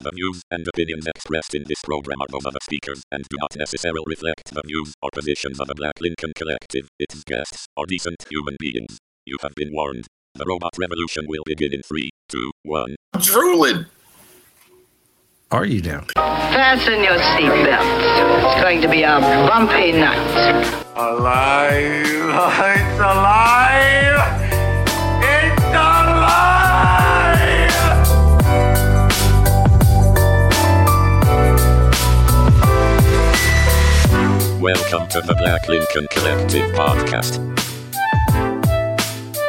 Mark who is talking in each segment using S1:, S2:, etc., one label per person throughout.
S1: The views and opinions expressed in this program are those of the speakers and do not necessarily reflect the views or positions of the Black Lincoln Collective, its guests, or decent human beings. You have been warned. The robot revolution will begin in three, two, one.
S2: Drooling.
S3: Are you now?
S4: Fasten your seatbelts. It's going to be a bumpy night.
S5: Alive! It's alive! It's alive!
S1: Welcome to the Black Lincoln Collective podcast.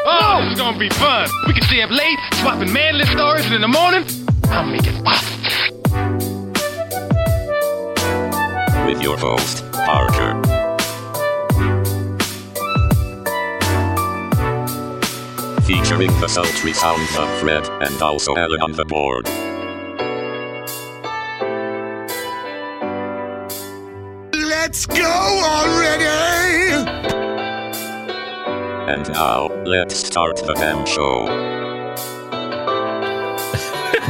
S6: Oh, this is gonna be fun. We can stay up late, swapping manly stories, and in the morning, I'll make it pop.
S1: with your host, Parker. Featuring the sultry sounds of Fred and also Alan on the board.
S3: Let's go already!
S1: And now, let's start the damn show.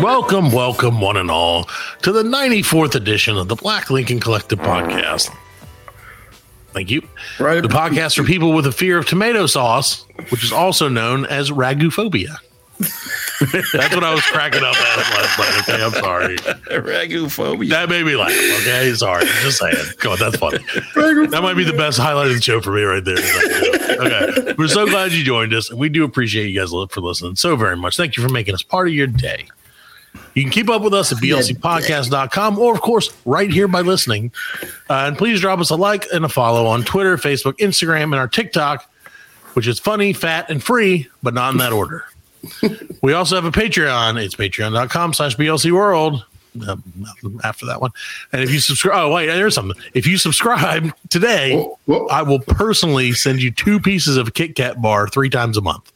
S7: Welcome, welcome, one and all, to the 94th edition of the Black Lincoln Collective Podcast. Thank you.
S2: Right.
S7: The podcast for people with a fear of tomato sauce, which is also known as raguphobia. That's what I was cracking up at last night. Okay, I'm sorry.
S3: Raguphobia.
S7: That made me laugh. Okay, sorry. I'm just saying. Come on, that's funny. That might be the best highlight of the show for me right there. Okay, we're so glad you joined us, and we do appreciate you guys li- for listening so very much. Thank you for making us part of your day. You can keep up with us at blcpodcast.com or, of course, right here by listening. Uh, and please drop us a like and a follow on Twitter, Facebook, Instagram, and our TikTok, which is funny, fat, and free, but not in that order. We also have a Patreon. It's patreon.com slash BLC World. Um, after that one. And if you subscribe, oh, wait, there's something. If you subscribe today,
S2: Whoa, whoa.
S7: I will personally send you two pieces of Kit Kat bar three times a month.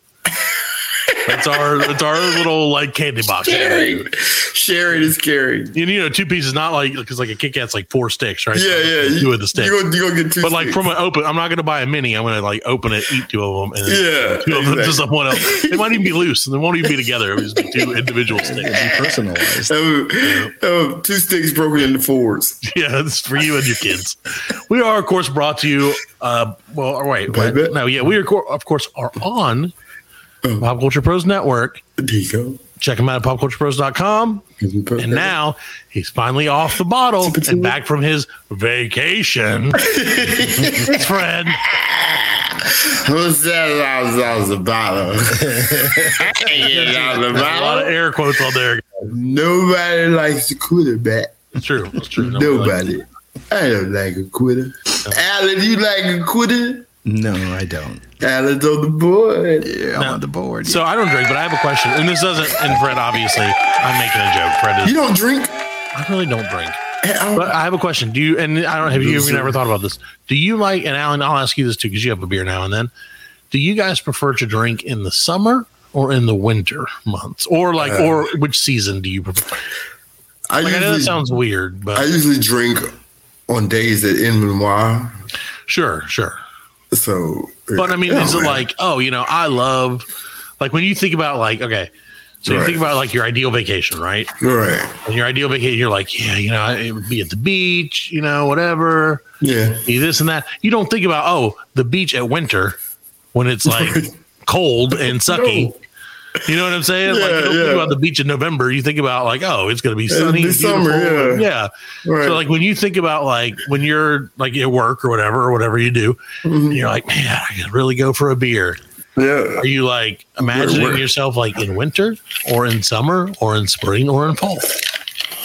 S7: That's our that's our little like candy box.
S2: Caring. Sharing is caring.
S7: And you know, two pieces not like because like a Kit Kat's like four sticks, right?
S2: Yeah,
S7: So,
S2: yeah. You,
S7: Two of the sticks.
S2: You gonna, you gonna get two
S7: but like
S2: sticks.
S7: from an open, I'm not going to buy a mini. I'm going to like open it, eat two of them, and then
S2: Yeah.
S7: two of them to
S2: exactly.
S7: someone else. They might even be loose, and they won't even be together. It would just be two individual sticks.
S3: Personalized.
S2: Oh, oh, two sticks broken into fours.
S7: Yeah, it's for you and your kids. We are, of course, brought to you. Uh, well, all right, wait,
S2: Baby. Oh.
S7: no, yeah, we are, co- of course, are on Pop Culture Pros Network.
S2: There you go.
S7: Check him out at popculturepros.com. And now he's finally off the bottle and back from his vacation. His friend,
S2: Who's that? I was on the bottom. I was on the
S7: a lot of
S2: bottom.
S7: air quotes on there.
S2: Nobody likes a quitter, Matt.
S7: It's true. It's true.
S2: Nobody. I don't like a quitter. Alan, you like a quitter?
S3: No, I don't.
S2: Alan's on the board.
S3: Yeah, I'm on the board.
S7: So I don't drink, but I have a question. And this doesn't, and Fred, obviously, I'm making a joke. Fred
S2: You
S7: is,
S2: don't drink?
S7: I really don't drink.
S2: I don't-
S7: But I have a question. Do you and I don't have you
S2: Loser.
S7: you've never thought about this? Do you like and Alan? I'll ask you this too because you have a beer now and then. Do you guys prefer to drink in the summer or in the winter months, or like or which season do you prefer?
S2: I
S7: Like
S2: Uh,
S7: I know
S2: usually,
S7: that sounds weird,
S2: I
S7: but
S2: usually drink on days that end with noir.
S7: sure, sure.
S2: So,
S7: But I mean,
S2: yeah,
S7: is it
S2: man.
S7: like oh you know I love like when you think about like okay. So you
S2: Right.
S7: think about like your ideal vacation, right?
S2: right?
S7: And your ideal vacation, you're like, yeah, you know, it would be at the beach, you know, whatever.
S2: Yeah,
S7: be this and that. You don't think about oh the beach at winter when it's like cold and sucky. You know what I'm saying? like you
S2: Yeah,
S7: don't
S2: yeah.
S7: think about the beach in November. You think about like oh it's gonna be sunny
S2: this summer,
S7: beautiful.
S2: yeah.
S7: yeah.
S2: right.
S7: So like when you think about like when you're like at work or whatever or whatever you do,
S2: Mm-hmm.
S7: you're like man I could really go for a beer.
S2: yeah,
S7: Are you like imagining
S2: where-
S7: yourself like in winter or in summer or in spring or in fall?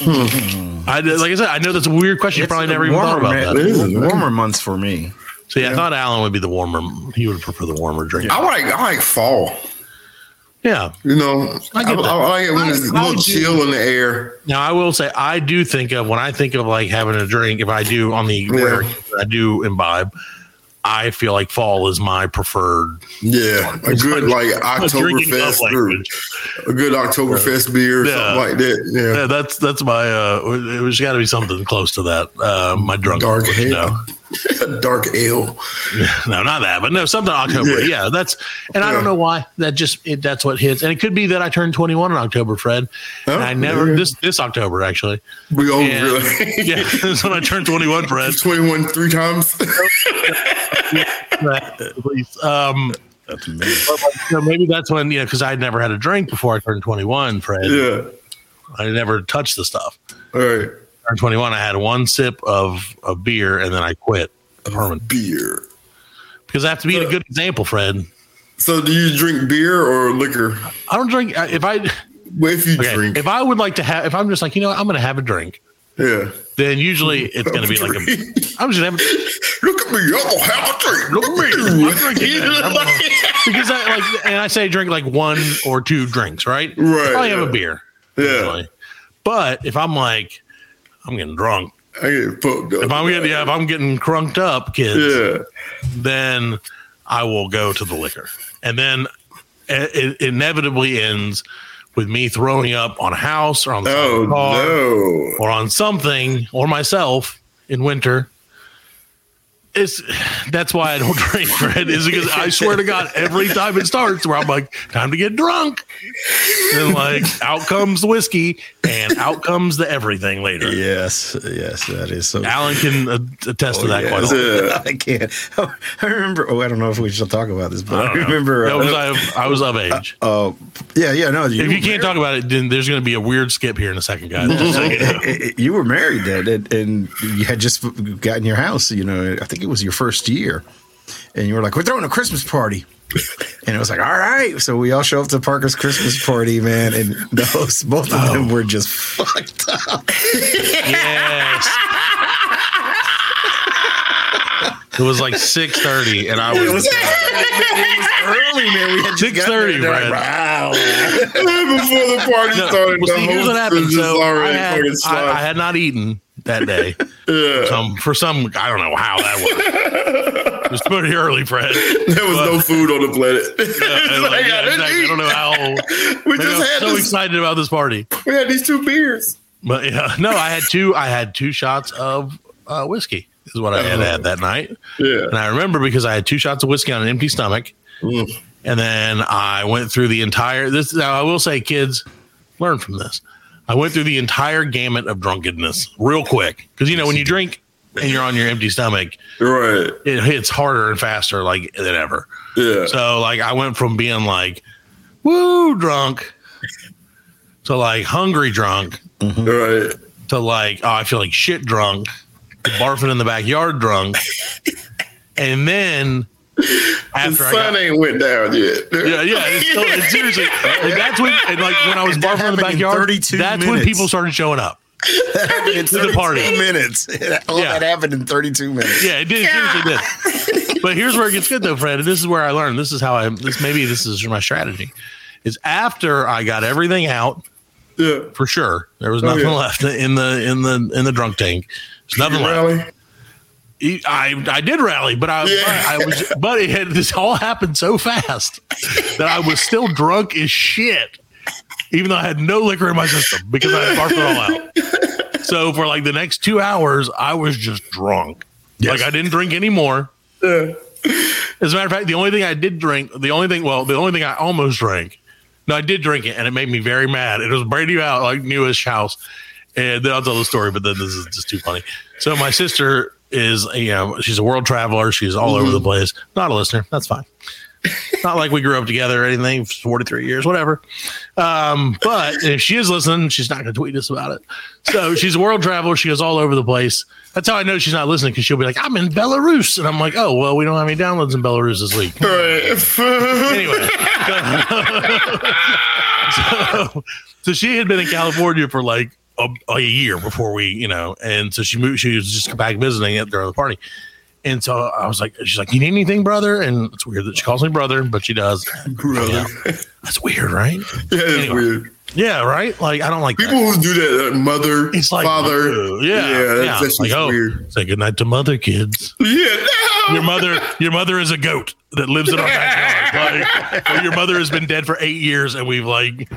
S7: I like I said I know that's a weird question. You probably never even thought about that.
S2: It is.
S3: warmer months for me.
S7: So yeah, I thought Alan would be the warmer. He would prefer the warmer drink.
S2: I like I like fall.
S7: Yeah.
S2: You know, I,
S7: I get
S2: I,
S7: that.
S2: like it when it's a
S7: I- I
S2: little
S7: do-
S2: chill in the air.
S7: Now I will say I do think of when I think of like having a drink. If I do on the rare occasion I do imbibe, I feel like fall is my preferred.
S2: Yeah, a good like
S7: drinking love
S2: Oktoberfest or
S7: language.
S2: a good Oktoberfest beer or
S7: Yeah.
S2: something like that. Yeah,
S7: Yeah, that's that's my. uh There's got to be something close to that. Uh My drunk
S2: Dark
S7: you
S2: ale.
S7: know.
S2: Dark ale.
S7: no, not that, but no, something October. Yeah, that's, and I don't
S2: Yeah.
S7: know why that just it, that's what hits, and it could be that I turned 21 in October, Fred. and
S2: Oh,
S7: I never
S2: yeah.
S7: this this October actually.
S2: We all
S7: And-
S2: really.
S7: Yeah, that's when I turned 21, Fred.
S2: 21 three times.
S7: At least, um, so maybe that's when you know because I'd never had a drink before I turned 21, Fred.
S2: yeah.
S7: I never touched the stuff.
S2: All right.
S7: Turned 21, I had one sip of a beer and then I quit permanent
S2: Beer.
S7: because I have to be a good example, Fred.
S2: So do you drink beer or liquor?
S7: I don't drink I- if I
S2: Well, if you
S7: okay,
S2: drink.
S7: if I would like to have if I'm just like you know what, I'm gonna have a drink.
S2: yeah.
S7: Then usually it's gonna be like a I'm just having
S2: Look at me. I'm going to have a drink.
S7: Look at me.
S2: you.
S7: I'm drinking, man. I'm gonna- because I like and I say drink like one or two drinks, right?
S2: Right,
S7: I have
S2: yeah.
S7: a beer.
S2: yeah.
S7: usually. But if I'm like I'm getting drunk,
S2: I get fucked up.
S7: if I'm getting yeah, if I'm getting crunked up, kids,
S2: yeah.
S7: then I will go to the liquor. And then it, it inevitably ends with me throwing up on a house or on the side of
S2: Oh,
S7: a car
S2: no.
S7: or on something or myself in winter. It's that's why I don't drink Fred. Is because I swear to God, every time it starts, where I'm like, time to get drunk, and like out comes the whiskey and out comes the everything later.
S3: Yes, yes, that is so.
S7: Alan can uh, attest to that.
S3: Oh, Yeah,
S7: quite
S3: it's-
S7: often.
S3: I can't. I remember. Oh, I don't know if we should talk about this, but I,
S7: don't know.
S3: remember.
S7: That
S3: Uh,
S7: was, I, of- I was of age.
S3: oh, yeah, yeah. No, you,
S7: if you can't talk about it, then there's going to be a weird skip here in a second, guys. Just so you know.
S3: you were married then, and, and you had just gotten your house. You know, I think it was your first year, and you were like, "We're throwing a Christmas party." And it was like, all right. So we all show up to Parker's Christmas party, man. And those, both of them were just fucked up.
S7: Yes. It was like six thirty, and I
S3: It
S7: was
S3: was, early, man. We had just
S7: six
S3: gotten there,
S7: thirty,
S3: and I'm like,
S7: Brad.
S2: Before the party
S7: Oh. No,
S2: started,
S7: well, see,
S2: the host
S7: here's what happened.
S2: was just
S7: So I,
S2: already
S7: had,
S2: fucking
S7: I-
S2: sloppy.
S7: I had not eaten that day. Some- for some, I don't know how that was. it was pretty early, Fred.
S2: There was no food on the planet.
S7: And, like,
S2: I
S7: yeah,
S2: gotta
S7: exactly. I don't know how.
S2: eat. We
S7: Maybe I
S2: just
S7: was
S2: had
S7: so
S2: this.
S7: excited about this party,
S2: We had these two beers.
S7: but yeah, no, I had two. I had two shots of uh, whiskey. Is what I had
S3: Oh.
S7: had that night.
S2: Yeah.
S7: And I remember because I had two shots of whiskey on an empty stomach. And then I went through the entire this now I will say kids learn from this. I went through the entire gamut of drunkenness real quick cuz you know when you drink and you're on your empty stomach
S2: Right.
S7: it hits harder and faster like than ever.
S2: Yeah.
S7: So like I went from being like woo drunk to like hungry drunk
S2: Right.
S7: to like, oh, I feel like shit drunk, to barfing in the backyard drunk. And then
S2: The
S7: after I
S2: sun
S7: got,
S2: ain't went down yet.
S7: yeah, yeah, it's, still, it's seriously, like that's when, and like when I was
S3: And that
S7: barfing in the
S3: happened in
S7: backyard,
S3: 32
S7: that's when
S3: minutes.
S7: people started showing up.
S3: in
S7: the party.
S3: 32 minutes. All
S7: Yeah.
S3: that happened in 32 minutes.
S7: Yeah, it did. It seriously did. But here's where it gets good though, Fred. and This is where I learned. This is how I, this maybe this is my strategy is after I got everything out
S2: Yeah.
S7: for sure. There was nothing
S2: yeah.
S7: left in the, in the, in the drunk tank. There's nothing left.
S2: Rally.
S7: I I did rally, but I,
S2: Yeah.
S7: I was but it had, this all happened so fast that I was still drunk as shit, even though I had no liquor in my system because I had barfed it all out. So for like the next two hours, I was just drunk. Like I didn't drink anymore.
S2: Yeah.
S7: As a matter of fact, the only thing I did drink, the only thing, well, the only thing I almost drank, no, I did drink it, and it made me very mad. It was Brady out like newish house, and then I'll tell the story. But then this is just too funny. So my sister is, you know, she's a world traveler. She's all over the place. Not a listener. That's fine. Not like we grew up together or anything. Forty three years, whatever. Um, but if she is listening, she's not going to tweet us about it. So she's a world traveler. She goes all over the place. That's how I know she's not listening because she'll be like, I'm in Belarus. And I'm like, oh, well, we don't have any downloads in Belarus this week.
S2: Right.
S7: Anyway. so, so she had been in California for like a, a year before we, you know, and so she moved, she was just back visiting at their other party. And so I was like, she's like, you need anything, brother? And it's weird that she calls me brother, but she does.
S2: Brother.
S7: Yeah.
S2: Yeah,
S7: That's weird, right?
S2: it's
S7: Anyway.
S2: weird.
S7: Yeah, right? Like, I don't like that.
S2: People who do that, that mother,
S7: It's like
S2: father.
S7: "Ugh, yeah,
S2: Yeah, that's, that's
S7: Like,
S2: just
S7: oh,
S2: weird.
S7: Say goodnight to mother, kids.
S2: Yeah. No.
S7: Your mother, your mother is a goat that lives in our backyard. Like, or your mother has been dead for eight years, and we've like,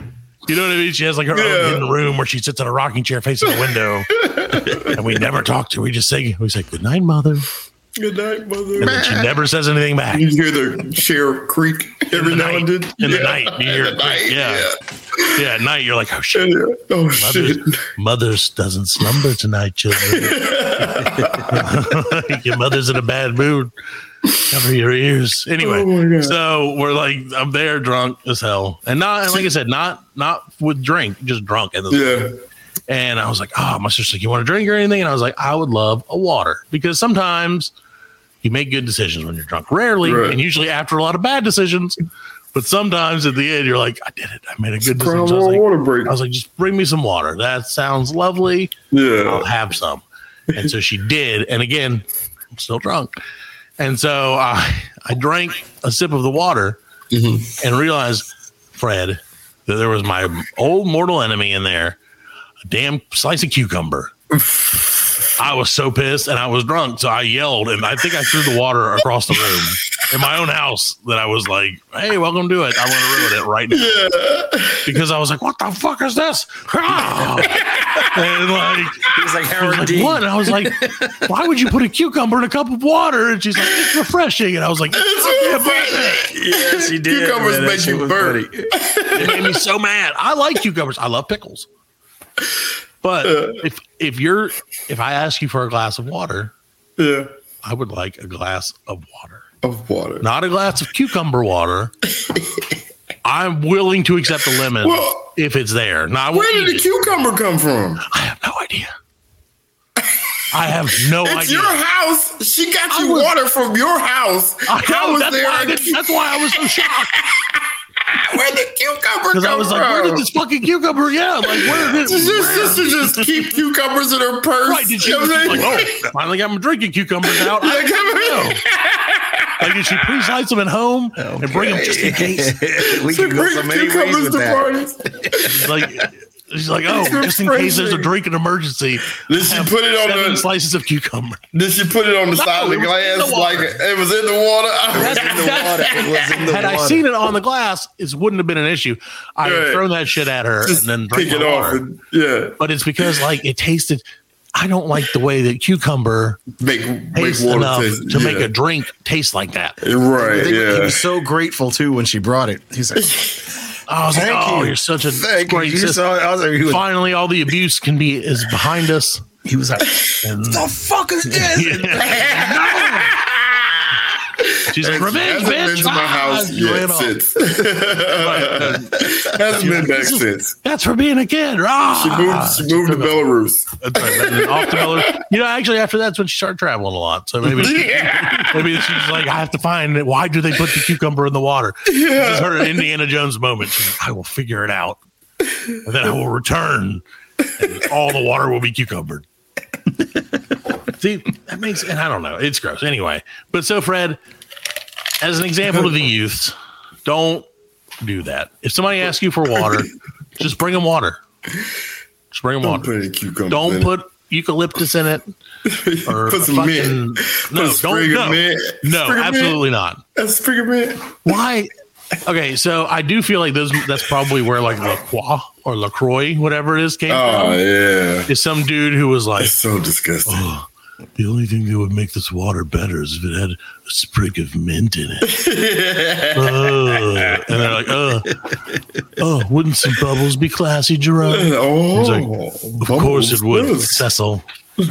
S7: you know what I mean. She has like her
S2: Yeah.
S7: own hidden room where she sits in a rocking chair facing the window, and we never talk to. her. We just say we say goodnight, mother.
S2: Good night,
S7: And
S2: mother.
S7: then she never says anything back.
S2: You hear the chair creak every
S7: the
S2: now
S7: night.
S2: and then.
S7: In the
S2: Yeah.
S7: night, you hear
S2: In
S7: it
S2: the
S7: creak.
S2: night.
S7: Yeah.
S2: Yeah.
S7: Yeah, at night you're like, oh shit.
S2: Yeah. Oh shit!
S7: Mother's, mother's doesn't slumber tonight, children. your mother's in a bad mood. Cover your ears. Anyway,
S2: Oh, my God.
S7: so we're like, I'm there, drunk as hell, and not and like I said, not not with drink, just drunk. And
S2: Yeah,
S7: and I was like, oh, my sister's like, you want a drink or anything? And I was like, I would love a water because sometimes you make good decisions when you're drunk, rarely,
S2: Right.
S7: and usually after a lot of bad decisions. But sometimes at the end, you're like, I did it. I made a good
S2: cry
S7: decision.
S2: on
S7: So I was like,
S2: water break.
S7: I was like, just bring me some water. That sounds lovely.
S2: Yeah,
S7: I'll have some. And so she did. And again, I'm still drunk. And so I I drank a sip of the water and realized, Fred, that there was my old mortal enemy in there, a damn slice of cucumber. I was so pissed and I was drunk. So I yelled and I think I threw the water across the room in my own house that I was like, hey, welcome to it. I want to ruin it right now because I was like, what the fuck is this? and like,
S3: He's like
S7: I was
S3: Howard
S7: like,
S3: Dean.
S7: what? And I was like, why would you put a cucumber in a cup of water? And she's like, it's refreshing. And I was like,
S2: It's refreshing.
S3: Yes, he did.
S2: Cucumbers
S3: man, that
S2: make
S3: shit
S2: you
S3: was
S2: burn.
S3: funny.
S7: it made me so mad. I like cucumbers. I love pickles. But
S2: Uh.
S7: if if you're if I ask you for a glass of water,
S2: yeah.
S7: I would like a glass of water,
S2: Of water.
S7: not a glass of cucumber water. I'm willing to accept a lemon
S2: Well,
S7: if it's there. Now, I will
S2: Where
S7: eat
S2: did the
S7: it.
S2: cucumber come from?
S7: I have no idea. I have no
S2: It's
S7: idea.
S2: your house. She got
S7: I
S2: you
S7: was-
S2: water from your house.
S7: I know, that's, why I
S2: and-
S7: didn't, that's why I was so shocked
S2: Where the cucumber come
S7: because I was like, "Where did this fucking cucumber? Yeah, like where did
S2: Does your
S7: it?
S2: sister just keep cucumbers in her purse?
S7: Right? Did she
S2: You know
S7: was
S2: what I'm
S7: like,
S2: saying?
S7: oh, finally got my drinking cucumbers out? I
S2: Like, come
S7: don't know. Like, did she please hide some at home and bring them just in case?
S3: we
S2: She
S3: can go so
S2: brings
S3: many ways
S2: cucumbers
S3: with
S2: to
S3: that.
S2: parties.
S7: She's like, she's like, oh, just in case there's a drinking emergency.
S2: Did she
S7: have
S2: put it on
S7: seven
S2: the-
S7: slices of cucumber.
S2: Did she put it on the side of the
S7: it was in
S2: glass
S7: the
S2: like
S7: water.
S2: it was in the water?
S3: It was in the water. It was in the
S7: Had I
S3: water.
S7: seen it on the glass, it wouldn't have been an issue. I would have
S2: Right.
S7: thrown that shit at her
S2: just
S7: and then drank
S2: pick it
S7: my
S2: off.
S7: water.
S2: And, yeah,
S7: But it's because like it tasted. I don't like the way that cucumber
S2: make make
S7: tastes
S2: water
S7: enough
S2: taste.
S7: to make
S2: yeah.
S7: a drink taste like that. Oh,
S3: I
S2: right.
S3: think He
S2: Yeah,
S3: was so grateful too when she brought it. He's like,
S7: I was like,
S3: Thank
S7: oh,
S3: you.
S7: you. are such a
S3: "Thank you."
S7: great
S3: you."
S7: sister.
S3: Saw, I was like, he, was,
S7: Finally, all the abuse can be is behind us.
S3: he was like,
S7: And
S3: "The fuck is this?"
S7: she's like, revenge,
S2: hasn't been
S7: bitch.
S2: to my
S7: Ah,
S2: house
S7: you
S2: yet
S7: ran off.
S2: since. hasn't been back since.
S7: That's for being a kid.
S2: She
S7: Ah.
S2: moved. She moved to Belarus.
S7: That's right. And then off to Belarus. You know, actually, after that's when she started traveling a lot. So maybe, maybe she's like, I have to find it. Why do they put the cucumber in the water? This is her Indiana Jones moment. She's like, I will figure it out, and then I will return, and all the water will be cucumbered. See, that makes, and I don't know, it's gross. Anyway, but so Fred, as an example to the youths, don't do that. If somebody asks you for water, just bring them water. Just bring them
S2: Don't
S7: water.
S2: put any cucumbers.
S7: Don't
S2: in it.
S7: put eucalyptus in it. Or
S2: Put some
S7: fucking,
S2: mint. Put a
S7: No, don't.
S2: sprig of
S7: No,
S2: mint.
S7: no
S2: Sprig of
S7: absolutely not.
S2: That's freaking man.
S7: Why? Okay, so I do feel like those. That's probably where like Lacroix or Lacroix, whatever it is, came
S2: Oh
S7: from.
S2: yeah,
S7: Is some dude who was like,
S2: it's so disgusting.
S7: the only thing that would make this water better is if it had a sprig of mint in it. Ugh. and they're like, oh, oh, wouldn't some bubbles be classy, Jerome?
S2: Oh,
S7: Of course it would, Cecil. and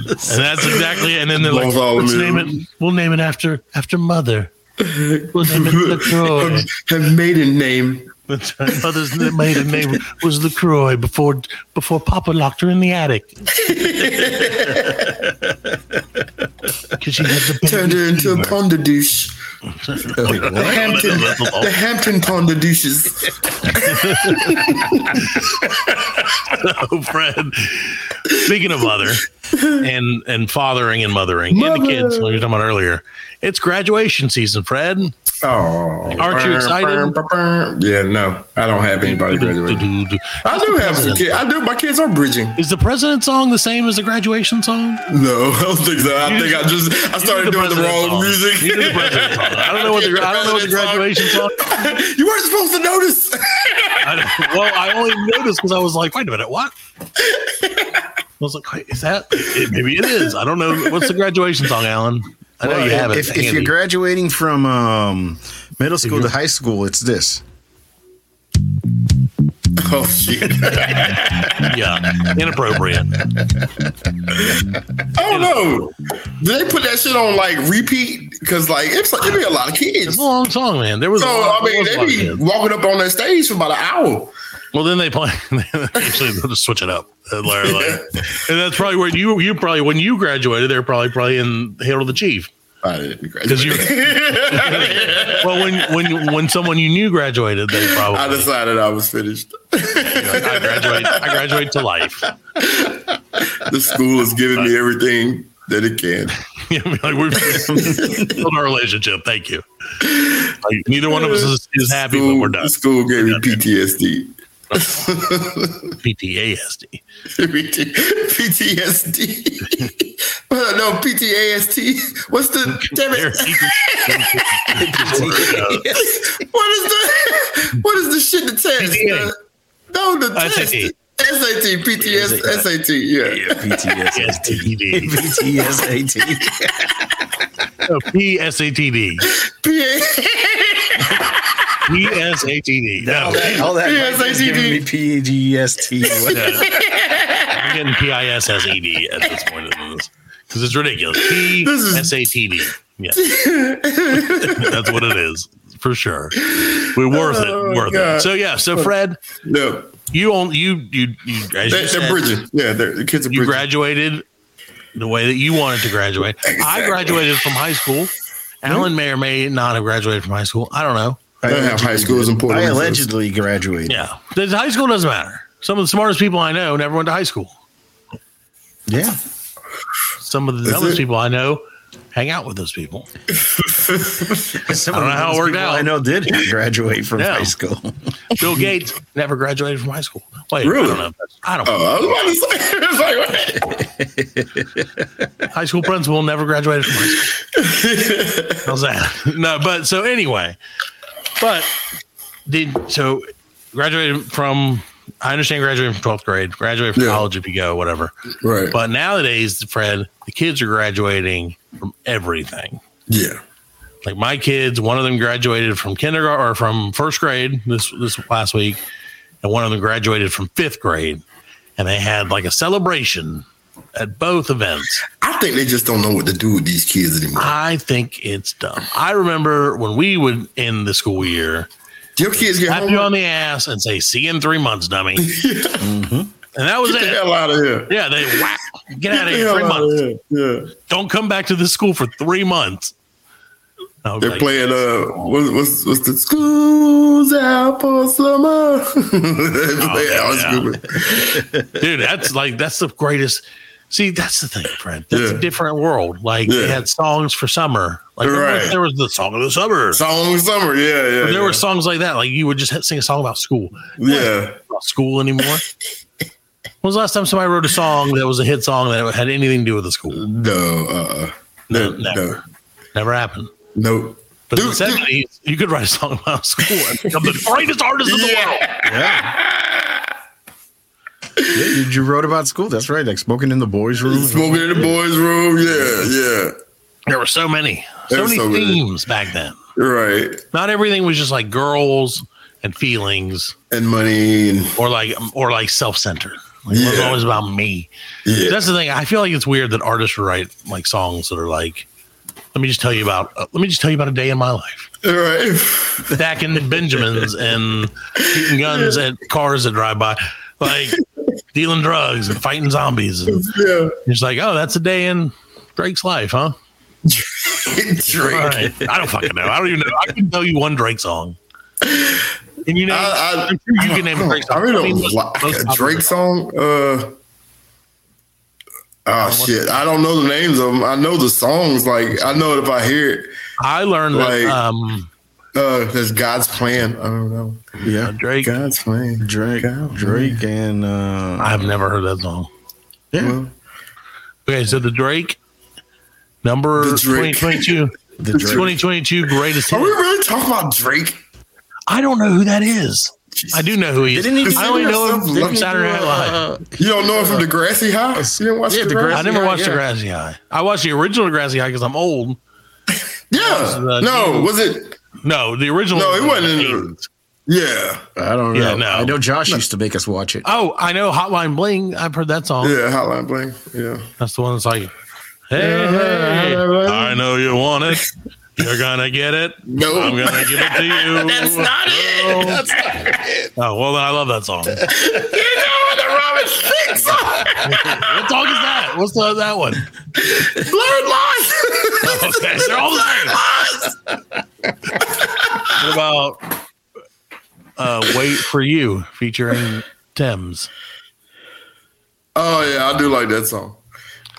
S7: that's exactly. And then they're like,
S2: Bartholomew.
S7: let's name it. We'll name it after after mother. We'll name it Lacroix.
S2: Have maiden name.
S7: That's right. Mother's n- maiden name was Lacroix before before Papa locked her in the attic because she had the
S2: Turned her into a ponder douche. The Hampton, the Hampton ponder douches.
S7: Oh, Fred. Speaking of mother and and fathering and mothering and the kids, like we were talking about earlier, it's graduation season, Fred.
S2: Oh,
S7: Aren't you excited?
S2: Yeah, no, I don't have anybody graduating. I do have some kids. I do. My kids are bridging.
S7: Is the president song the same as the graduation song?
S2: No, I don't think so. I
S7: You-
S2: think I just I started
S7: You do
S2: doing the wrong
S7: president song.
S2: music.
S7: You do the president song. I don't know what the I don't know what the graduation song.
S2: you weren't supposed to notice.
S7: I don't- well, I only noticed because I was like, wait a minute, what? was like, wait, is that? It, maybe it is. I don't know. What's the graduation song, Alan? I know you have it.
S3: if, if you're
S7: handy.
S3: graduating from um, middle school to high school, it's this.
S2: Oh shit!
S7: yeah, inappropriate.
S2: I don't know. Did they put that shit on like repeat? Because like it's like it'd be a lot of
S7: It's
S2: kids.
S7: a
S2: So
S7: long song, man. There was. a lot,
S2: I mean,
S7: there was a lot
S2: they
S7: of
S2: be
S7: kids.
S2: walking up on that stage for about an hour.
S7: Well, then they play. Actually, they'll just switch it up. And Larry, like- and that's probably where you you probably when you graduated, they're probably probably in Hail to the Chief.
S2: Because
S7: you- Well, when when when someone you knew graduated, they probably
S2: I decided I was finished.
S7: I graduate I graduate to life.
S2: The school is giving me everything that it can.
S7: Yeah, I mean, like we've built our relationship. Thank you. Like, neither one of us is, is happy,
S2: school,
S7: but we're done.
S2: The school gave me PTSD.
S7: PTASD.
S2: PT- PTSD. Uh, no, PTASD. What's the damn
S7: There.
S2: it? What is the what is the shit the test?
S7: PTA.
S2: Uh, no, the test.
S7: SAT.
S2: SAT, PTS, SAT, yeah.
S7: PTSD.
S3: PTSAT.
S7: No, PSATD.
S2: PA,
S7: PSATD. No,
S3: All that
S2: PSATD.
S3: giving me PGST. What the-
S7: I'm getting PISSED E at this point in this because it's ridiculous.
S2: is-
S7: PSATD. Yeah. That's what it is for sure. We worth it. Worth it.
S2: Oh, God.
S7: So, yeah. So, Fred,
S2: no,
S7: you only, you, you, you, as
S2: they,
S7: you
S2: they're
S7: said,
S2: bridging. Yeah, they're, the kids are
S7: you
S2: bridging.
S7: graduated the way that you wanted to graduate. I graduated from high school. Alan may or may not have graduated from high school. I don't know.
S2: I don't have high school is important.
S3: I allegedly graduated.
S7: Yeah. The high school doesn't matter. Some of the smartest people I know never went to high school.
S3: Yeah.
S7: Some of the dumbest people I know hang out with those people.
S3: Some
S7: I don't
S3: of
S7: know how it
S3: those
S7: worked
S3: people
S7: out.
S3: I know did graduate from
S7: Yeah.
S3: high school.
S7: Bill Gates never graduated from high school. Wait, I
S2: Really?
S7: don't know. if that's- I don't.
S2: Oh, I was about to say, it's like, what? Oh.
S7: High school principal never graduated from high school. How's that? No, but so anyway, but did so graduated from. I understand graduated from twelfth grade, graduated from
S2: Yeah.
S7: college if you go, whatever.
S2: right.
S7: But nowadays, Fred, the kids are graduating from everything.
S2: yeah.
S7: like my kids, one of them graduated from kindergarten or from first grade this this last week, and one of them graduated from fifth grade, and they had like a celebration at both events.
S2: I think they just don't know what to do with these kids anymore.
S7: I think it's dumb. I remember when we would end the school year,
S2: Your kids get
S7: tap you on
S2: home.
S7: the ass and say, "See you in three months, dummy," Mm-hmm. and that was
S2: Get the
S7: it.
S2: hell out of here.
S7: Yeah, they whack, get out
S2: Get the
S7: of here three
S2: hell out
S7: months.
S2: of here. Yeah.
S7: Don't come back to this school for three months. I was
S2: They're
S7: like,
S2: playing uh what's what's, what's the school's out for summer?
S7: yeah.
S2: oh,
S7: dude that's like that's the greatest see that's the thing Fred. that's a
S2: Yeah.
S7: different world like
S2: Yeah.
S7: they had songs for summer like there, was,
S2: Right.
S7: there was the song of the summer
S2: Song summer, yeah, yeah.
S7: there
S2: yeah.
S7: were songs like that like you would just sing a song about school
S2: yeah.
S7: about school anymore when was the last time somebody wrote a song that was a hit song that had anything to do with the school
S2: No, uh, no,
S7: No,
S2: no,
S7: never happened
S2: no.
S7: but in
S2: Dude,
S7: the
S2: dude.
S7: 70s you could write a song about school and become the greatest artist in the world
S3: Yeah, you, you wrote about school. That's right. Like smoking in the boys' room.
S2: Smoking in the boys' room, yeah,
S7: there were so many
S2: There
S7: so
S2: were
S7: many
S2: so many.
S7: themes back then
S2: yeah. Right,
S7: not everything was just like girls and feelings
S2: and money, and
S7: or like or like self-centered. Like, It was
S2: Yeah.
S7: always about me.
S2: yeah,
S7: That's the thing. I feel like it's weird that artists write like songs that are like, let me just tell you about uh, let me just tell you about a day in my life.
S2: right.
S7: Back in the Benjamins and shooting guns at cars that drive by, like dealing drugs and fighting zombies. And
S2: Yeah,
S7: it's like, oh, that's a day in Drake's life, huh?
S2: Drake.
S7: All right. I don't fucking know. I don't even know. I can tell you one Drake song. Can you name?
S2: I- I-
S7: am sure you can name a Drake song.
S2: I really
S7: mean,
S2: don't
S7: most-
S2: like
S7: most
S2: a Drake
S7: popular
S2: song. Uh, oh shit, I don't know the names of them. I know the songs. Like I know it if I hear it.
S7: I learned
S2: Like-
S7: that um,
S2: Uh, there's God's plan. I don't know.
S3: Yeah.
S7: Drake.
S2: God's plan.
S3: Drake,
S2: God,
S3: Drake, and uh,
S7: I've never heard that song.
S3: yeah,
S7: Okay, so the Drake number
S2: The Drake.
S7: 2022,
S3: the Drake.
S7: 2022 greatest
S2: Are we
S7: hit.
S2: really talking about Drake?
S7: I don't know who that is. I do know who he is.
S3: Didn't he do
S7: I only
S2: something
S7: know him
S2: else? Didn't
S7: from
S2: he
S7: Saturday Night Live.
S2: You don't know it from Degrassi House? You didn't watch
S3: Yeah,
S2: Degrassi?
S7: I never
S3: Degrassi
S7: watched
S3: High, yeah.
S7: Degrassi High. I watched the original Degrassi High because I'm old.
S2: Yeah.
S7: the
S2: no,
S7: new-
S2: was it?
S7: No, the original.
S2: No, it wasn't in
S7: was
S2: the- Yeah.
S3: I don't know.
S7: Yeah, no.
S3: I know Josh used to make us watch it.
S7: Oh, I know Hotline Bling. I've heard that song.
S2: Yeah, Hotline Bling. Yeah.
S7: That's the one that's like, hey, hey, I know you want it. You're gonna get it.
S2: No.
S7: I'm gonna give it to you. That's not it. Oh well, then I love that song. you know what the Robin song. what song is that? What's the, that one?
S2: Blurred lines.
S7: Okay, they're all the same. what about uh, "Wait for You" featuring Thames?
S2: oh yeah, I do like that song.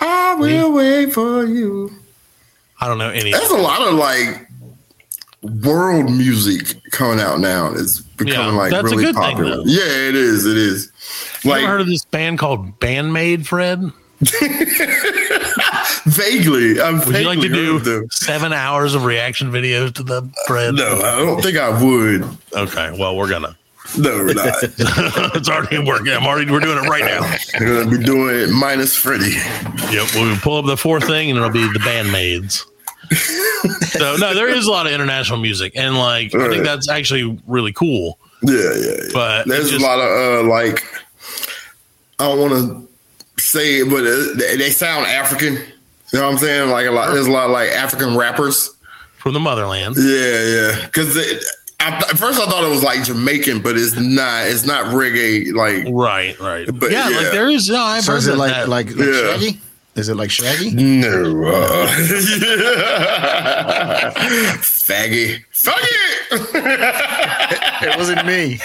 S2: I will wait for you.
S7: I don't know any.
S2: There's a lot of like world music coming out now. It's becoming
S7: Yeah,
S2: like
S7: that's a
S2: really
S7: good thing,
S2: popular.
S7: though.
S2: yeah, it is. It is.
S7: You
S2: Like
S7: ever heard of this band called Bandmade, Fred? Would
S2: vaguely. I'm
S7: you like
S2: vaguely
S7: to
S2: heard
S7: do
S2: of them.
S7: seven hours of reaction videos to them, Fred?
S2: No, I don't think I would.
S7: Okay, well, we're gonna.
S2: No, we're not.
S7: it's already working. I'm already. We're doing it right now.
S2: We're gonna be doing it minus Freddy.
S7: Yep. We'll pull up the fourth thing, and it'll be the Bandmaids. so no, there is a lot of international music, and like I think
S2: Right.
S7: that's actually really cool.
S2: Yeah, yeah. yeah.
S7: But it
S2: There's
S7: just-
S2: a lot of uh, like I don't want to say it, but uh, they, they sound African. You know what I'm saying? Like a lot. There's a lot of like African rappers.
S7: from the motherland.
S2: Yeah, yeah. Because at first I thought it was like Jamaican, but it's not. It's not reggae. Like
S7: Right, right.
S2: But,
S7: yeah, like
S2: yeah.
S7: there is. No, I've
S3: So
S7: heard
S3: is it
S7: that-
S3: like
S7: that-
S3: like, like
S2: Yeah.
S3: Shaggy? Is it like Shaggy?
S2: no, uh, faggy, faggy.
S3: it wasn't me.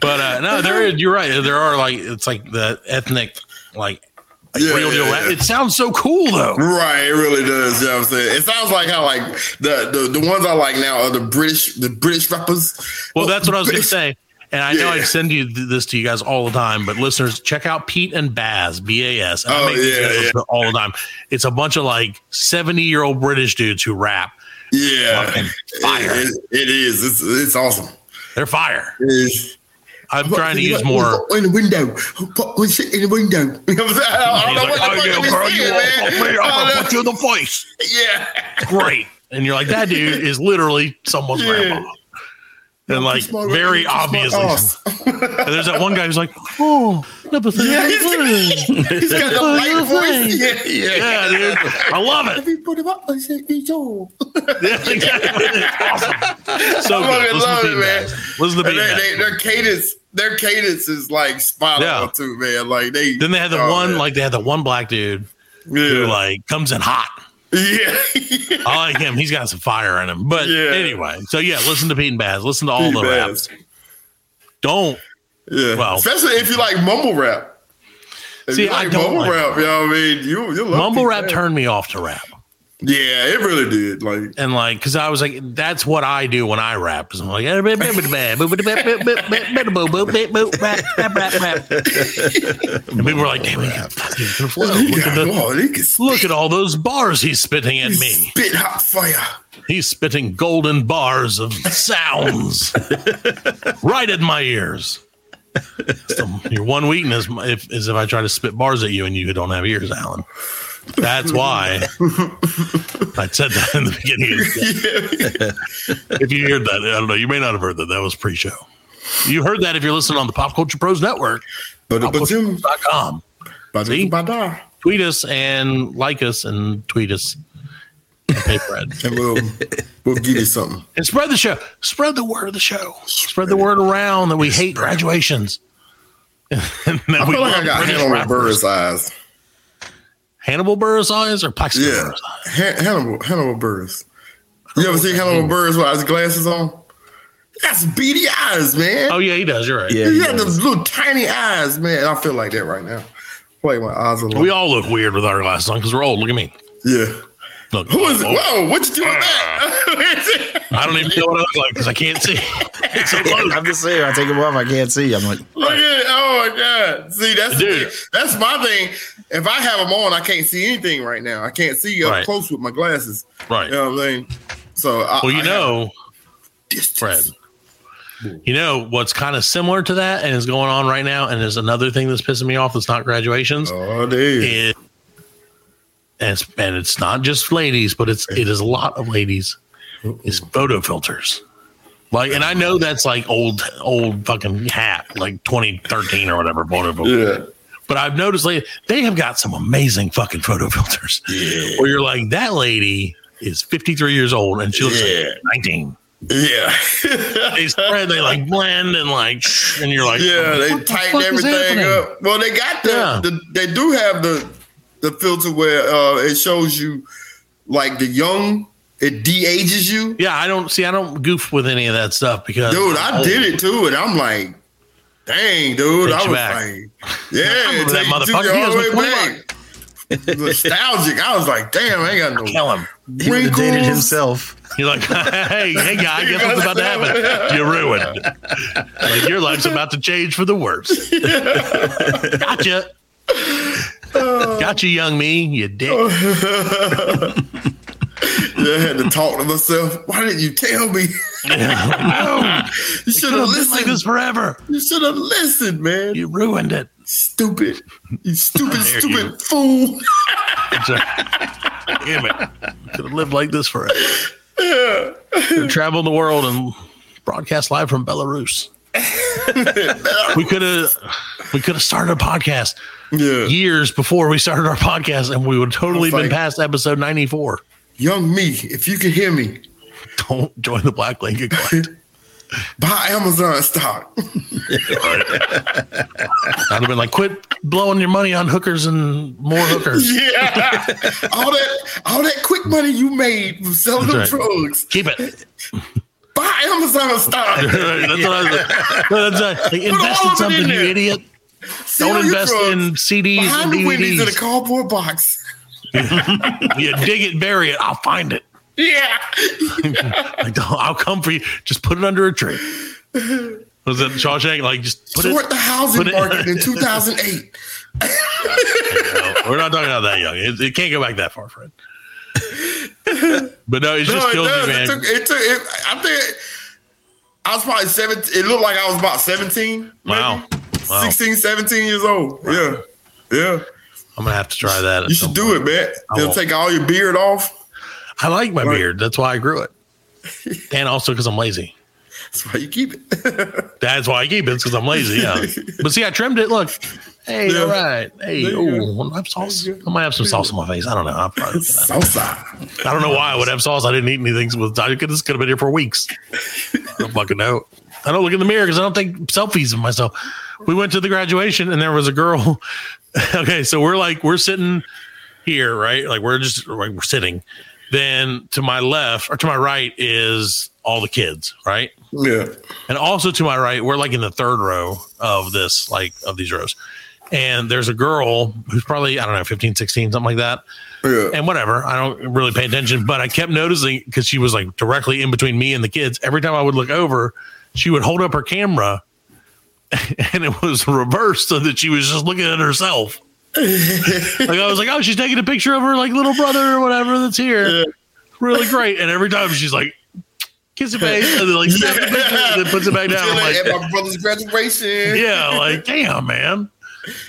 S7: but uh, no, there is. You're right. There are like it's like the ethnic, like
S2: Yeah,
S7: real deal.
S2: yeah, yeah.
S7: It sounds so cool though.
S2: Right, it really does. You know what I'm saying? It sounds like how like the, the, the ones I like now are the British the British rappers.
S7: Well, that's what I was gonna
S2: British-
S7: say. And I know I
S2: Yeah.
S7: send you th- this to you guys all the time, but listeners, check out Pete and Baz, B A S. And I
S2: Oh,
S7: make these
S2: yeah,
S7: guys listen to it all the time. It's a bunch of like 70 year old British dudes who rap.
S2: Yeah,
S7: Fucking fire.
S2: It- it- it is. It's it's awesome.
S7: They're fire.
S2: It is.
S7: I'm trying to use more.
S2: in the window. Put one shit in the window. You know what I'm saying? I don't
S7: He's
S2: know
S7: like,
S2: what
S7: oh,
S2: the fuck we
S7: yeah, girl, you
S2: saying,
S7: want to
S2: man.
S7: fuck
S2: Oh,
S7: me? I'm
S2: I
S7: going to
S2: don't-
S7: put you in the face.
S2: Yeah,
S7: great. And you're like, that dude is literally someone's
S2: Yeah.
S7: grandpa. And like
S2: Kiss my-
S7: very
S2: kiss my
S7: obviously.
S2: ass.
S7: And there's that one guy who's like, oh, no, but
S2: Yeah,
S7: that's good."
S2: he's got the
S7: Oh, you're
S2: light voice. Yeah,
S7: right.
S2: yeah.
S7: yeah, dude. I love it.
S2: Everybody want to see me too.
S7: Yeah, exactly. It's awesome. So
S2: I fucking
S7: good. Listen
S2: love
S7: to
S2: it,
S7: Beat
S2: man.
S7: Bags. Listen to
S2: And
S7: Beat
S2: they,
S7: Bags.
S2: they, their cadence, their cadence is like spot
S7: Yeah.
S2: on too, man. Like they
S7: Then they had the
S2: oh,
S7: one
S2: man.
S7: like they had the one black dude who
S2: yeah,
S7: like comes in hot.
S2: yeah.
S7: I like him. He's got some fire in him. But
S2: Yeah.
S7: anyway, so yeah, listen to Pete and Baz. Listen to all
S2: Pete
S7: the
S2: Bass.
S7: raps. Don't
S2: yeah.
S7: Wow.
S2: Especially if you like mumble rap. If
S7: See,
S2: you
S7: I
S2: like
S7: don't
S2: mumble
S7: like
S2: rap, you know what I mean? You you love
S7: mumble
S2: Pete
S7: rap
S2: Bass.
S7: turned me off to rap.
S2: Yeah, it really did. Like
S7: and like because I was like, that's what I do when I rap. Is I'm like, "Eh, blah, blah, blah, blah, blah, blah, blah, blah, blah, blah, blah, blah, blah, blah, rap, rap, rap, rap. and people were like, damn, he can fucking can flow. Look at, the,
S2: oh, they can spit,
S7: look at all those bars he's spitting at me.
S2: spit hot fire.
S7: He's spitting golden bars of sounds right at my ears. So your one weakness if, is if I try to spit bars at you and you don't have ears, Alan. That's why I said that in the beginning. if you heard that, I don't know. You may not have heard that. That was pre-show. You heard that if you're listening on the Pop Culture Pros Network.
S2: But but you
S7: popculturepros.com.
S2: but
S7: See?
S2: you but uh,
S7: Tweet us and like us and tweet us. And pay Fred.
S2: and we'll we'll give you something.
S7: And spread the show. Spread the word of the show. Spread the word around that we hate graduations. and that
S2: Oh, I
S7: we
S2: feel like I
S7: love
S2: got
S7: British
S2: Hannibal
S7: rappers.
S2: Burris eyes.
S7: Hannibal Burris eyes or Plexi
S2: Yeah,
S7: Burris eyes?
S2: Han- Hannibal Hannibal Burris. You ever seen
S7: Oh,
S2: Hannibal Burris with his glasses on? That's beady eyes, man.
S7: Oh, yeah, he does. You're right.
S3: Yeah,
S2: He
S3: he
S2: had
S3: does.
S2: those little tiny eyes, man. I feel like that right now. Like my eyes are
S7: We
S2: little.
S7: all look weird with our glasses on because we're old. Look at me.
S2: Yeah.
S7: Look,
S2: Who is it?
S7: Oh,
S2: Whoa, what you doing that?
S7: I don't even know what I look like because I can't see. It's so close.
S3: I'm just saying. I take him off. I can't see. I'm like,
S2: Look at it. Oh my god. See, that's
S7: Dude.
S2: that's my thing. If I have them on, I can't see anything right now. I can't see up
S7: Right.
S2: close with my glasses.
S7: Right.
S2: You know what I'm saying? So I,
S7: Well, you
S2: I
S7: know,
S2: distance.
S7: Fred. You know what's kind of similar to that and is going on right now, and is another thing that's pissing me off that's not graduations.
S2: Oh, dude.
S7: is- and it's, and it's not just ladies, but it's it is a lot of ladies. Is photo filters. Like, and I know that's like old, old fucking hat, like 2013 or whatever. Photo filter.
S2: Yeah.
S7: But I've noticed lately they have got some amazing fucking photo filters. Where you're like, that lady is 53 years old and she looks
S2: Yeah.
S7: like 19.
S2: Yeah.
S7: They spread, they like blend and like, and you're like,
S2: Yeah, they
S7: "What the
S2: tighten
S7: fuck is
S2: everything
S7: happening?"
S2: up. Well, they got the,
S7: Yeah.
S2: the they do have the the filter where uh, it shows you like the young, it de-ages you.
S7: Yeah, I don't see. I don't goof with any of that stuff because
S2: Dude, I did it too, and I'm like, dang, dude.
S7: Takes
S2: I
S7: you
S2: was
S7: back.
S2: like, yeah,
S7: remember
S2: it
S7: that
S2: takes you
S7: motherfucker.
S2: to
S7: He
S2: all
S7: was
S2: the way
S7: my
S2: back. Nostalgic. I was like, damn, I ain't got no
S7: Kill him.
S3: He would have dated
S2: wrinkles.
S3: himself.
S7: You're like, hey, hey, guy, guess what's about to happen? You're ruined. Like your life's about to change for the worse. gotcha.
S2: Oh.
S7: Gotcha, young me. You dick.
S2: I had to talk to myself. Why didn't you tell me? you should have
S7: I've been like
S2: listened.
S7: this forever.
S2: You should have listened, man.
S7: You ruined it.
S2: stupid. You stupid,
S7: dare
S2: stupid
S7: you.
S2: fool.
S7: Damn it. Could have lived like this forever. Could have traveled the world and broadcast live from Belarus. we could have we could have started a podcast
S2: Yeah.
S7: years before we started our podcast and we would have totally
S2: It's
S7: been
S2: like-
S7: past episode 94.
S2: Young me, if you can hear me,
S7: Don't join the Black Lincoln Club.
S2: buy Amazon stock.
S7: I'd have been like, quit blowing your money on hookers and more hookers.
S2: yeah. all that all that quick money you made from selling
S7: That's
S2: them
S7: right.
S2: drugs.
S7: Keep it.
S2: Buy Amazon stock.
S7: That's what I was like. No, that's like, like, invest
S2: all of
S7: in
S2: it in
S7: something, you
S2: there.
S7: idiot.
S2: Sell
S7: Don't
S2: your
S7: invest
S2: drugs
S7: in CDs
S2: behind
S7: and
S2: the Wendy's in a
S7: DVDs.
S2: cardboard box.
S7: you dig it, bury it. I'll find it.
S2: Yeah.
S7: Like, I'll come for you. Just put it under a tree. Was that Shawshank? Like, just put
S2: Short
S7: it.
S2: the housing
S7: put it-
S2: market in 2008.
S7: No, Oh, we're not talking about that young. It, it can't go back that far, Fred. But no, it just
S2: it
S7: kills
S2: does.
S7: me,
S2: It
S7: man.
S2: took, it took, it, I think I was probably 17. It looked like I was about 17.
S7: wow. Wow.
S2: 16, 17 years old. Yeah. Yeah.
S7: I'm gonna have to try that. at
S2: You
S7: some
S2: should do
S7: point.
S2: it, man.
S7: I
S2: They'll
S7: won't.
S2: take all your beard off.
S7: I like my
S2: Right.
S7: beard. That's why I grew it, and also because I'm lazy.
S2: That's why you keep it.
S7: That's why I keep it because I'm lazy. Yeah. but see, I trimmed it. Look. Hey,
S2: Yeah.
S7: all right. Hey,
S2: There you
S7: oh, want to have sauce? I might have some sauce on my face. I don't know. I'm probably gonna-
S2: Salsa.
S7: I don't know why I would have sauce. I didn't eat anything. With, I could, this could have been here for weeks. I don't fucking know. I don't look in the mirror because I don't take selfies of myself. We went to the graduation and there was a girl. okay, so we're like we're sitting here, right? Like we're just like we're sitting. Then to my left or to my right is all the kids, right?
S2: Yeah.
S7: And also to my right, we're like in the third row of this, like of these rows. And there's a girl who's probably, I don't know, 15, 16, something like that
S2: Yeah.
S7: and whatever. I don't really pay attention, but I kept noticing because she was like directly in between me and the kids. Every time I would look over, she would hold up her camera and it was reversed so that she was just looking at herself. like I was like, oh, she's taking a picture of her like little brother or whatever that's here. Really great. And every time she's like, kiss your face, and then like snaps the picture and then puts it back down. I'm
S2: Chilling
S7: like,
S2: at my brother's graduation.
S7: yeah, like damn, man.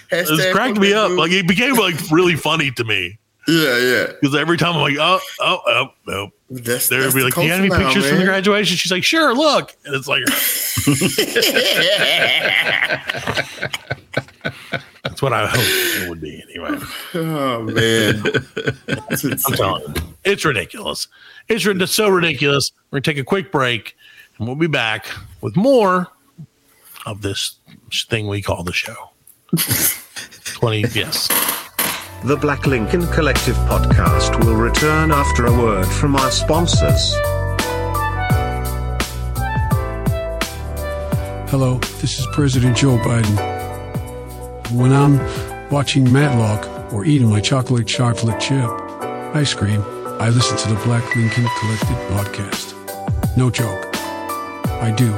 S7: It
S2: Hashtag
S7: cracked
S2: fuck
S7: me
S2: that
S7: up.
S2: dude.
S7: Like it became like really funny to me.
S2: yeah, yeah.
S7: Because every time I'm like, oh, oh, oh, nope.
S2: That's,
S7: They'd
S2: that's
S7: be
S2: the
S7: like, "Do you have any
S2: culture now,
S7: pictures from the
S2: man.
S7: graduation?" She's like, "Sure, look." And it's like that's what I hope it would be anyway.
S2: Oh, man. That's
S7: I'm
S2: insane.
S7: telling you, it's ridiculous. It's rid- so ridiculous. We're gonna take a quick break, and we'll be back with more of this thing we call the show. Twenty, yes.
S5: The Black Lincoln Collective podcast will return after a word from our sponsors.
S8: Hello, this is President Joe Biden. When I'm watching Matlock or eating my chocolate chocolate chip ice cream, I listen to the Black Lincoln Collective podcast. No joke. I do.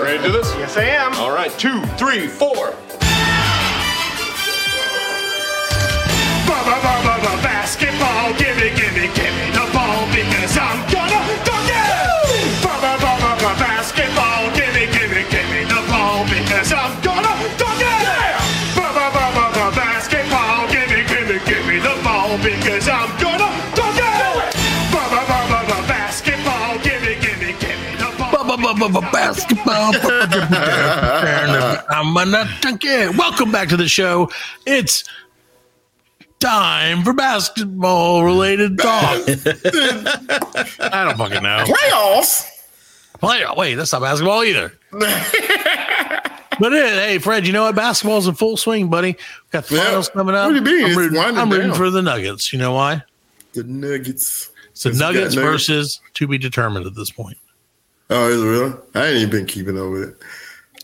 S9: Ready to do this? Yes, I am. All right, two, three, four. Ba ba ba ba ba basketball, give me, give me, give me the ball because I'm gonna dunk it. Ba ba ba ba ba basketball.
S7: of a basketball. I'm a donkey. Welcome back to the show. It's time for basketball related talk. I don't fucking know.
S2: Playoffs?
S7: Play, wait, that's not basketball either. But it, hey, Fred, you know what? Basketball's in full swing, buddy. We've got the
S2: Yeah.
S7: finals coming up.
S2: What do you mean?
S7: I'm
S2: It's
S7: rooting,
S2: winding
S7: I'm rooting
S2: down.
S7: for the Nuggets. You know why?
S2: The Nuggets.
S7: It's the
S2: Yes, we got
S7: Nuggets
S2: Nuggets.
S7: versus to be determined at this point.
S2: Oh, is it real? I ain't even been keeping up with it.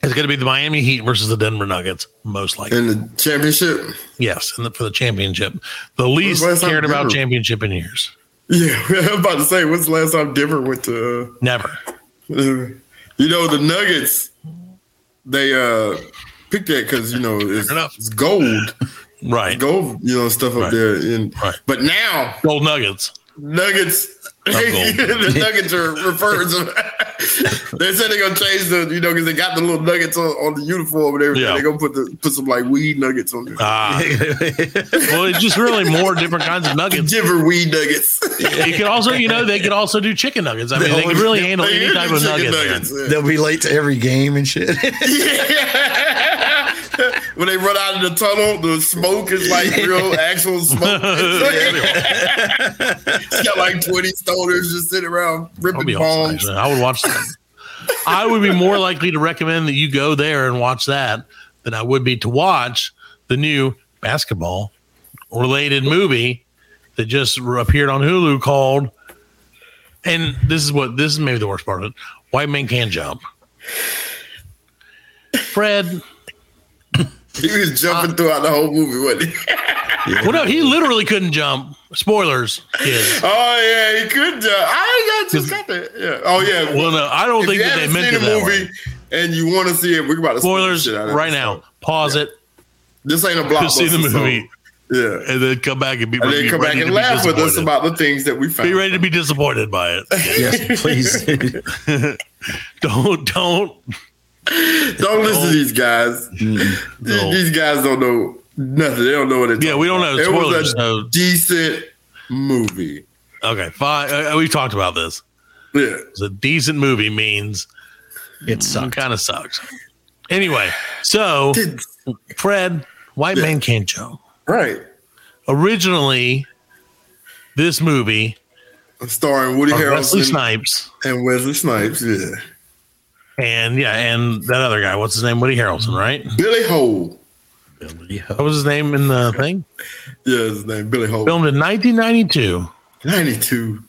S7: It's going to be the Miami Heat versus the Denver Nuggets, most likely.
S2: In the championship?
S7: yes, and the, for the championship, the least
S2: last time
S7: cared about
S2: Denver-
S7: championship in years.
S2: Yeah, I was about to say, when's the last time Denver went to.
S7: Never.
S2: Uh, uh, you know, the Nuggets, they uh picked that because, you know, it's,
S7: enough.
S2: it's gold.
S7: Right.
S2: Gold, you know, stuff up
S7: Right.
S2: there. And,
S7: Right.
S2: But now,
S7: Gold Nuggets.
S2: Nuggets.
S7: gold.
S2: the Nuggets are referred to. they said they're gonna change the, you know, because they got the little nuggets on, on the uniform and everything.
S7: Yeah.
S2: They're gonna put the put some like weed nuggets on there.
S7: Ah. well, it's just really more different kinds of nuggets.
S2: Denver weed nuggets.
S7: They could also, you know, they could also do chicken nuggets. I mean, they could really handle any type of
S2: Chicken
S7: nugget.
S2: nuggets,
S7: man.
S3: They'll be late to every game and shit.
S2: yeah. when they run out of the tunnel, the smoke is like real actual smoke. it's got like twenty stoners just sitting around
S7: I'll
S2: ripping
S7: be honest,
S2: bombs.
S7: actually. I would watch that. I would be more likely to recommend that you go there and watch that than I would be to watch the new basketball related movie that just r- appeared on Hulu called and this is what this is maybe the worst part of it. White man can jump. Fred,
S2: He was
S7: Uh,
S2: jumping throughout the whole movie, wasn't he?
S7: well, no, he literally couldn't jump. Spoilers, kids.
S2: Oh yeah, he could. Uh, I got just got that. Yeah. Oh yeah.
S7: Well, no, I don't
S2: if
S7: think
S2: you
S7: that they
S2: haven't
S7: meant
S2: seen
S7: it
S2: the
S7: that way.
S2: movie and you want to see it, we're about to spoil the
S7: Spoilers
S2: shit out of
S7: right
S2: this.
S7: now. Pause it.
S2: Oh, This ain't a
S7: Go
S2: blockbuster.
S7: see the movie,
S2: So, yeah.
S7: and then come back and be.
S2: And then
S7: be
S2: come back
S7: ready
S2: and
S7: to be
S2: laugh with us
S7: disappointed.
S2: about the things that we found.
S7: Be ready to be disappointed by it.
S3: yes, please.
S7: Don't don't.
S2: Don't listen to these guys. These-
S7: No.
S2: These guys don't know nothing. They don't know what it's.
S7: Yeah, we don't know.
S2: It
S7: Spoilers.
S2: was a
S7: So
S2: decent movie.
S7: okay, fine. Uh, we've talked about this.
S2: Yeah.
S7: It's a decent movie means
S3: it sucked.
S7: kind of sucks. Anyway, so
S2: Did-
S7: Fred, White
S2: Yeah.
S7: Man Can't Jump.
S2: right.
S7: Originally, this movie,
S2: Starring Woody
S7: or Uh, Wesley
S2: Harrelson
S7: Snipes,
S2: and Wesley Snipes. Yeah.
S7: and yeah, and that other guy. What's his name? Woody
S3: Mm-hmm.
S7: Harrelson, right?
S2: Billy Hole.
S7: What was his name in the thing?
S2: Yeah, his name Billy Hole.
S7: Filmed in 1992.
S2: Ninety-two.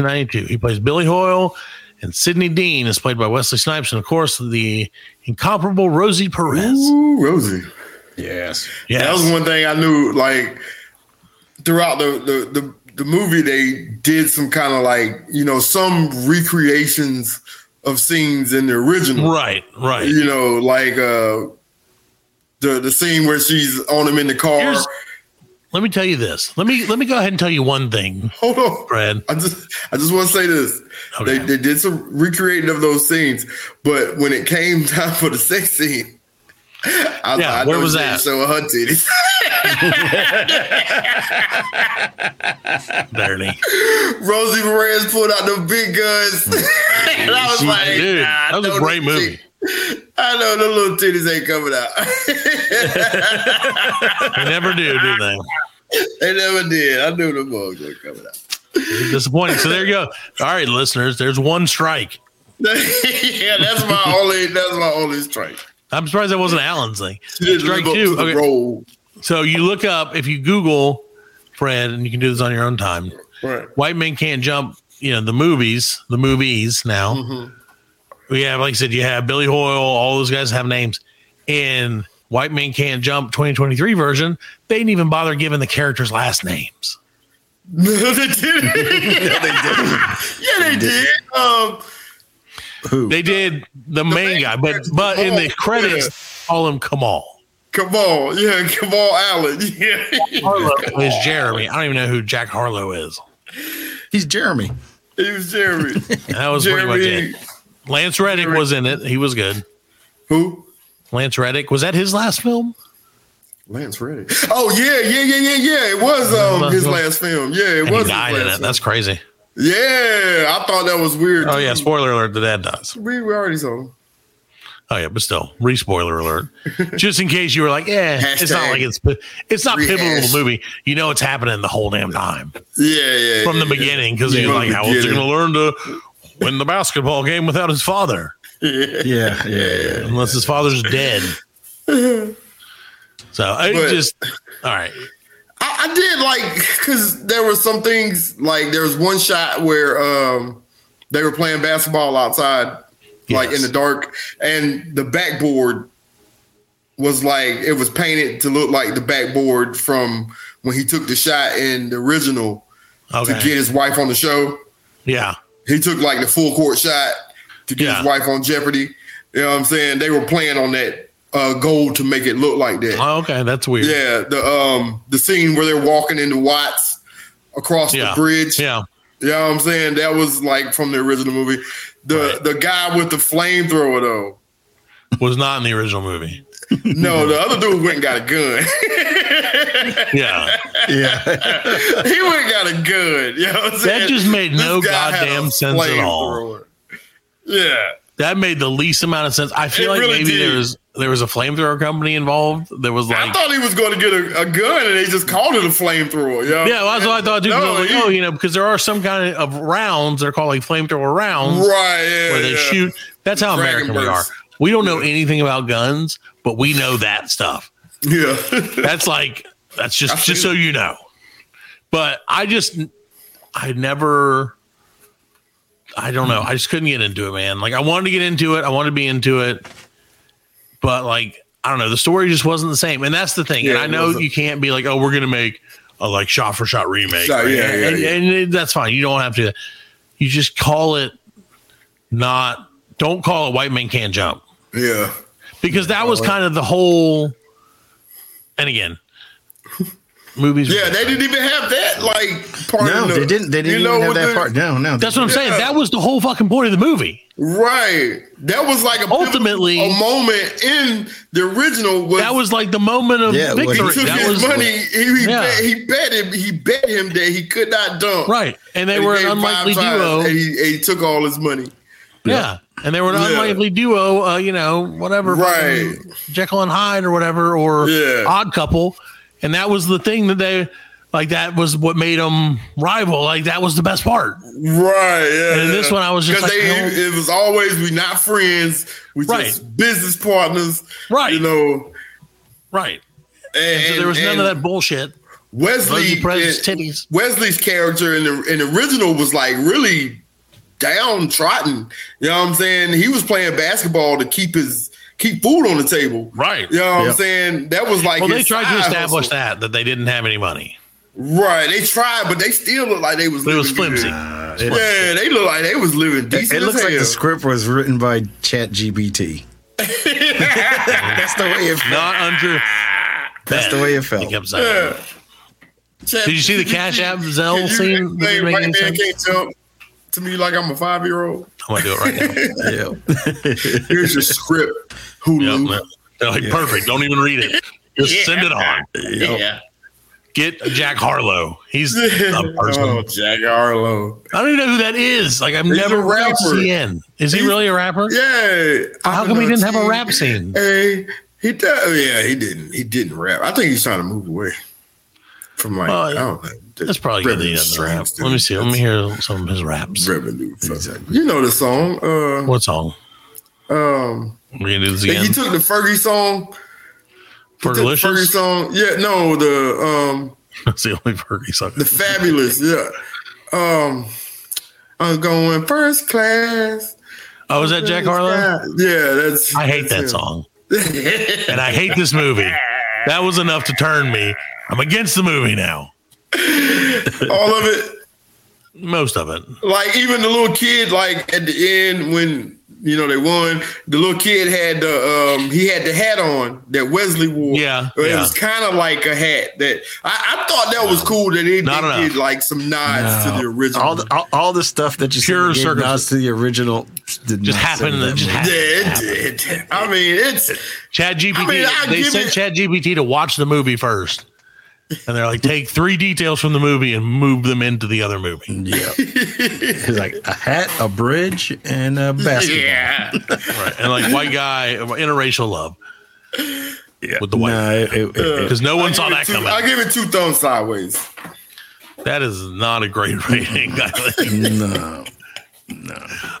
S7: 92. He plays Billy Hoyle, and Sidney Dean is played by Wesley Snipes, and of course, the incomparable Rosie Perez.
S2: Ooh, Rosie.
S3: Yes.
S7: Yes.
S2: That was one thing I knew. Like throughout the the the, the movie, they did some kind of like you know some recreations of scenes in the original.
S7: right, right.
S2: You know, like uh the the scene where she's on him in the car.
S7: Here's- Let me tell you this. Let me let me go ahead and tell you one thing,
S2: Hold on.
S7: Fred.
S2: I just I just want to say this. They,
S7: Okay.
S2: they did some recreating of those scenes, but when it came time for the sex scene, I,
S7: Yeah,
S2: I
S7: where
S2: know
S7: was
S2: she
S7: that?
S2: didn't Show her titties.
S7: Barely.
S2: Rosie Perez pulled out the big guns. and I was like,
S7: Dude,
S2: nah, I
S7: that was a
S2: know
S7: great
S2: them
S7: movie.
S2: tit- I know the little titties ain't coming out.
S7: They never do, do they?
S2: they never did. I knew the bugs were coming out.
S7: It's disappointing. So there you go. All right, listeners, there's one strike.
S2: yeah, that's my only. That's my only strike.
S7: I'm surprised that wasn't Alan's thing.
S2: She didn't
S7: Strike
S2: live up
S7: two.
S2: to the
S7: Okay.
S2: role.
S7: So you look up if you Google Fred, and you can do this on your own time.
S2: Right.
S7: White Men Can't Jump, you know, the movies, the movies now.
S2: Mm-hmm.
S7: We have, like I said, you have Billy Hoyle, all those guys have names. In White Men Can't Jump 2023 version, they didn't even bother giving the characters last names.
S2: No, they did. yeah, they did. Um,
S7: They did the, main
S2: main
S7: guy, but
S2: character,
S7: but in the
S2: Kamal,
S7: credits,
S2: yeah.
S7: call him Kamal.
S2: Kamal, yeah, Kamal Allen, yeah,
S7: Harlow is Jeremy. I don't even know who Jack Harlow is.
S3: He's Jeremy.
S2: he was Jeremy.
S7: That was pretty
S2: Jeremy,
S7: much it. Lance Reddick was in it. He was good.
S2: who?
S7: Lance Reddick was that his last film?
S2: Lance Reddick. Oh yeah, yeah, yeah, yeah, yeah. It was um his last film. Yeah, it
S7: And he
S2: was his
S7: died in
S2: last
S7: it. That's crazy.
S2: Yeah, I thought that was weird.
S7: Oh yeah, spoiler alert: the dad dies.
S2: We we already saw.
S7: Oh yeah, but still, re-spoiler alert. Just in case you were like, yeah, it's not
S2: Hashtag
S7: like it's it's not pivotal to
S2: rehash.
S7: the movie. You know, it's happening the whole damn time
S2: Yeah, yeah.
S7: from the
S2: yeah,
S7: beginning because
S2: Yeah,
S7: you're
S2: from
S7: like,
S2: the
S7: how is he going to
S2: beginning.
S7: learn to win the basketball game without his father?
S2: Yeah.
S3: Yeah, yeah, yeah.
S7: Unless his father's dead. So I
S2: But-
S7: just all right.
S2: I, I did like because there were some things like there was one shot where um they were playing basketball outside, like
S7: Yes.
S2: in the dark, and the backboard was like it was painted to look like the backboard from when he took the shot in the original to
S7: Okay.
S2: get his wife on the show.
S7: yeah.
S2: He took like the full court shot to get
S7: Yeah.
S2: his wife on Jeopardy. You know what I'm saying? They were playing on that uh, goal to make it look like that.
S7: Oh, okay, that's weird.
S2: Yeah, the um the scene where they're walking into Watts across
S7: Yeah.
S2: the bridge.
S7: Yeah.
S2: You know what I'm saying? That was like from the original movie. The
S7: Right.
S2: the guy with the flamethrower though.
S7: Was not in the original movie.
S2: No, the other dude went and got a gun.
S7: Yeah.
S3: yeah.
S2: he went and got a gun. You know what I'm saying?
S7: just made no
S2: guy had a
S7: goddamn sense at all.
S2: flamethrower. Yeah.
S7: That made the least amount of sense. I feel
S2: It
S7: like
S2: really
S7: maybe
S2: did.
S7: there was there was a flamethrower company involved. There was
S2: I
S7: like
S2: thought he was going to get a, a gun and they just called it a flamethrower. You know?
S7: Yeah, well, that's what I thought too. 'cause I was
S2: No,
S7: like,
S2: he-
S7: oh, you know, because there are some kind of rounds they're called like flamethrower rounds
S2: Right. Yeah,
S7: where they
S2: yeah.
S7: shoot. That's how
S2: Dragon
S7: American we are.
S2: burst.
S7: We don't know anything about guns, but we know that stuff.
S2: Yeah.
S7: That's like that's just
S2: I feel
S7: just so
S2: it.
S7: you know. But I just I never I don't know. I just couldn't get into it, man. Like I wanted to get into it. I wanted to be into it. But like I don't know, the story just wasn't the same. And that's the thing. and
S2: Yeah,
S7: I
S2: it
S7: know
S2: wasn't.
S7: you can't be like, "Oh, we're going to make a like shot for shot remake."
S2: Shot- yeah,
S7: And-
S2: yeah,
S7: and,
S2: yeah.
S7: and it- that's fine. You don't have to you just call it not don't call it white men can't jump
S2: yeah.
S7: because that was kind of the whole and again movies
S2: Yeah, they didn't even have that like part.
S3: No,
S2: in the-
S3: they didn't. They didn't
S2: you know,
S3: even have
S2: with
S3: that
S2: the-
S3: part. No, no.
S7: that's what i'm saying
S2: Yeah.
S7: that was the whole fucking point of the movie
S2: Right, that was like a
S7: Ultimately-
S2: pivotal- a moment in the original. Was
S7: that was like the moment of
S3: Yeah, it was.
S2: when he
S7: victory
S2: took
S7: that
S2: his
S7: was
S2: money. He, he,
S7: Yeah.
S2: bet, he bet him. He bet him that he could not dunk.
S7: right and they
S2: And he
S7: were an
S2: gave five
S7: unlikely
S2: times,
S7: duo
S2: and he, and he took all his money.
S7: yeah and they were an
S2: Yeah.
S7: unlikely duo uh, you know whatever
S2: Right.
S7: fucking jekyll and hyde or whatever or
S2: Yeah.
S7: odd couple and that was the thing that they like that was what made them rival like that was the best part
S2: Right. Yeah.
S7: And in this
S2: yeah.
S7: one, I was just
S2: 'Cause
S7: like, I don't-
S2: they, it was always we not friends. We
S7: Right.
S2: just business partners.
S7: Right.
S2: You know.
S7: right
S2: And,
S7: so there was none of that bullshit
S2: Wesley
S7: Rosie Perez's
S2: and-
S7: titties.
S2: Wesley's character in the in the original was like really downtrodden. You know what I'm saying? He was playing basketball to keep his keep food on the table.
S7: Right.
S2: You know what I'm
S3: Yep.
S2: saying? That was like
S7: Well, they
S2: his
S7: tried to
S2: side
S7: establish
S2: hustle.
S7: that that they didn't have any money.
S2: Right. They tried, but they still look like they was
S7: But it was
S2: living
S7: flimsy.
S2: good. Yeah, they look like they was living
S3: It,
S2: decent.
S3: it looks
S2: as
S3: like the
S2: hell.
S3: script was written by Chat GBT. that's the way it felt.
S7: Not under.
S3: That's the way it felt.
S7: He kept saying. Did you see the Cash App Zelle
S2: Can you
S7: scene? Did it
S2: explain
S7: make
S2: White
S7: any
S2: man
S7: sense?
S2: can't jump to me like I'm a five year old.
S7: I'm gonna do it right now.
S3: Yeah.
S2: Here's your script, Hulu.
S7: Yep. They're like, perfect. Don't even read it. Just send it on.
S2: Yeah.
S7: Get Jack Harlow. He's the person.
S2: Oh, Jack Harlow.
S7: I don't even know who that is. Like I've
S2: He's
S7: never
S2: a
S7: read
S2: rapper.
S7: CN. Is he
S2: He's-
S7: really a rapper?
S2: Yeah.
S7: How come he didn't have a rap scene?
S2: Hey, he does. Yeah, he didn't. He didn't rap. I think he's trying to move away from like.
S7: Well,
S2: I don't know.
S7: That's probably good. That he doesn't rap. Let me see. Let me hear some of his raps.
S2: Revenue. fuck. You know the song. Uh,
S7: What song?
S2: um,
S7: We're gonna do this again.
S2: he took the Fergie song. took the Fergie
S7: Fergalicious.
S2: song. Yeah. No. The um
S7: That's the only Fergie song.
S2: the fabulous. Yeah. Um, I'm going first class.
S7: Oh, was that Jack Harlow?
S2: Yeah. That's.
S7: I hate
S2: that's him.
S7: that song. and I hate this movie. That was enough to turn me. I'm against the movie now.
S2: All of it.
S7: Most of it.
S2: like even the little kid like at the end when you know they won the little kid had the um he had the hat on that wesley wore
S7: Yeah,
S2: it
S7: yeah.
S2: was kind of like a hat that i, I thought that was cool that they,
S7: Not
S2: they did
S7: enough.
S2: like some nods to the original
S3: All the all, all the stuff that you
S7: Pure
S3: said that gave
S7: circumstance.
S3: nods to the original did
S7: Just
S3: not save
S7: happened that
S3: that
S7: just
S3: movie.
S2: yeah,
S7: happened.
S2: it did. I mean, it's
S7: Chad GPT.
S2: I mean, I
S7: they
S2: give
S7: sent
S2: it-
S7: Chad GPT to watch the movie first. and they're like, take three details from the movie and move them into the other movie.
S3: Yeah. It's like a hat, a bridge, and a basketball.
S10: Yeah.
S7: right. And like white guy, interracial love. Yeah. With the white.
S3: No, it- it- it-
S7: Because no one
S2: I
S7: saw
S2: give it
S7: that
S2: two-
S7: coming.
S2: I give it two thumbs sideways.
S7: that is not a great rating. I think.
S3: no.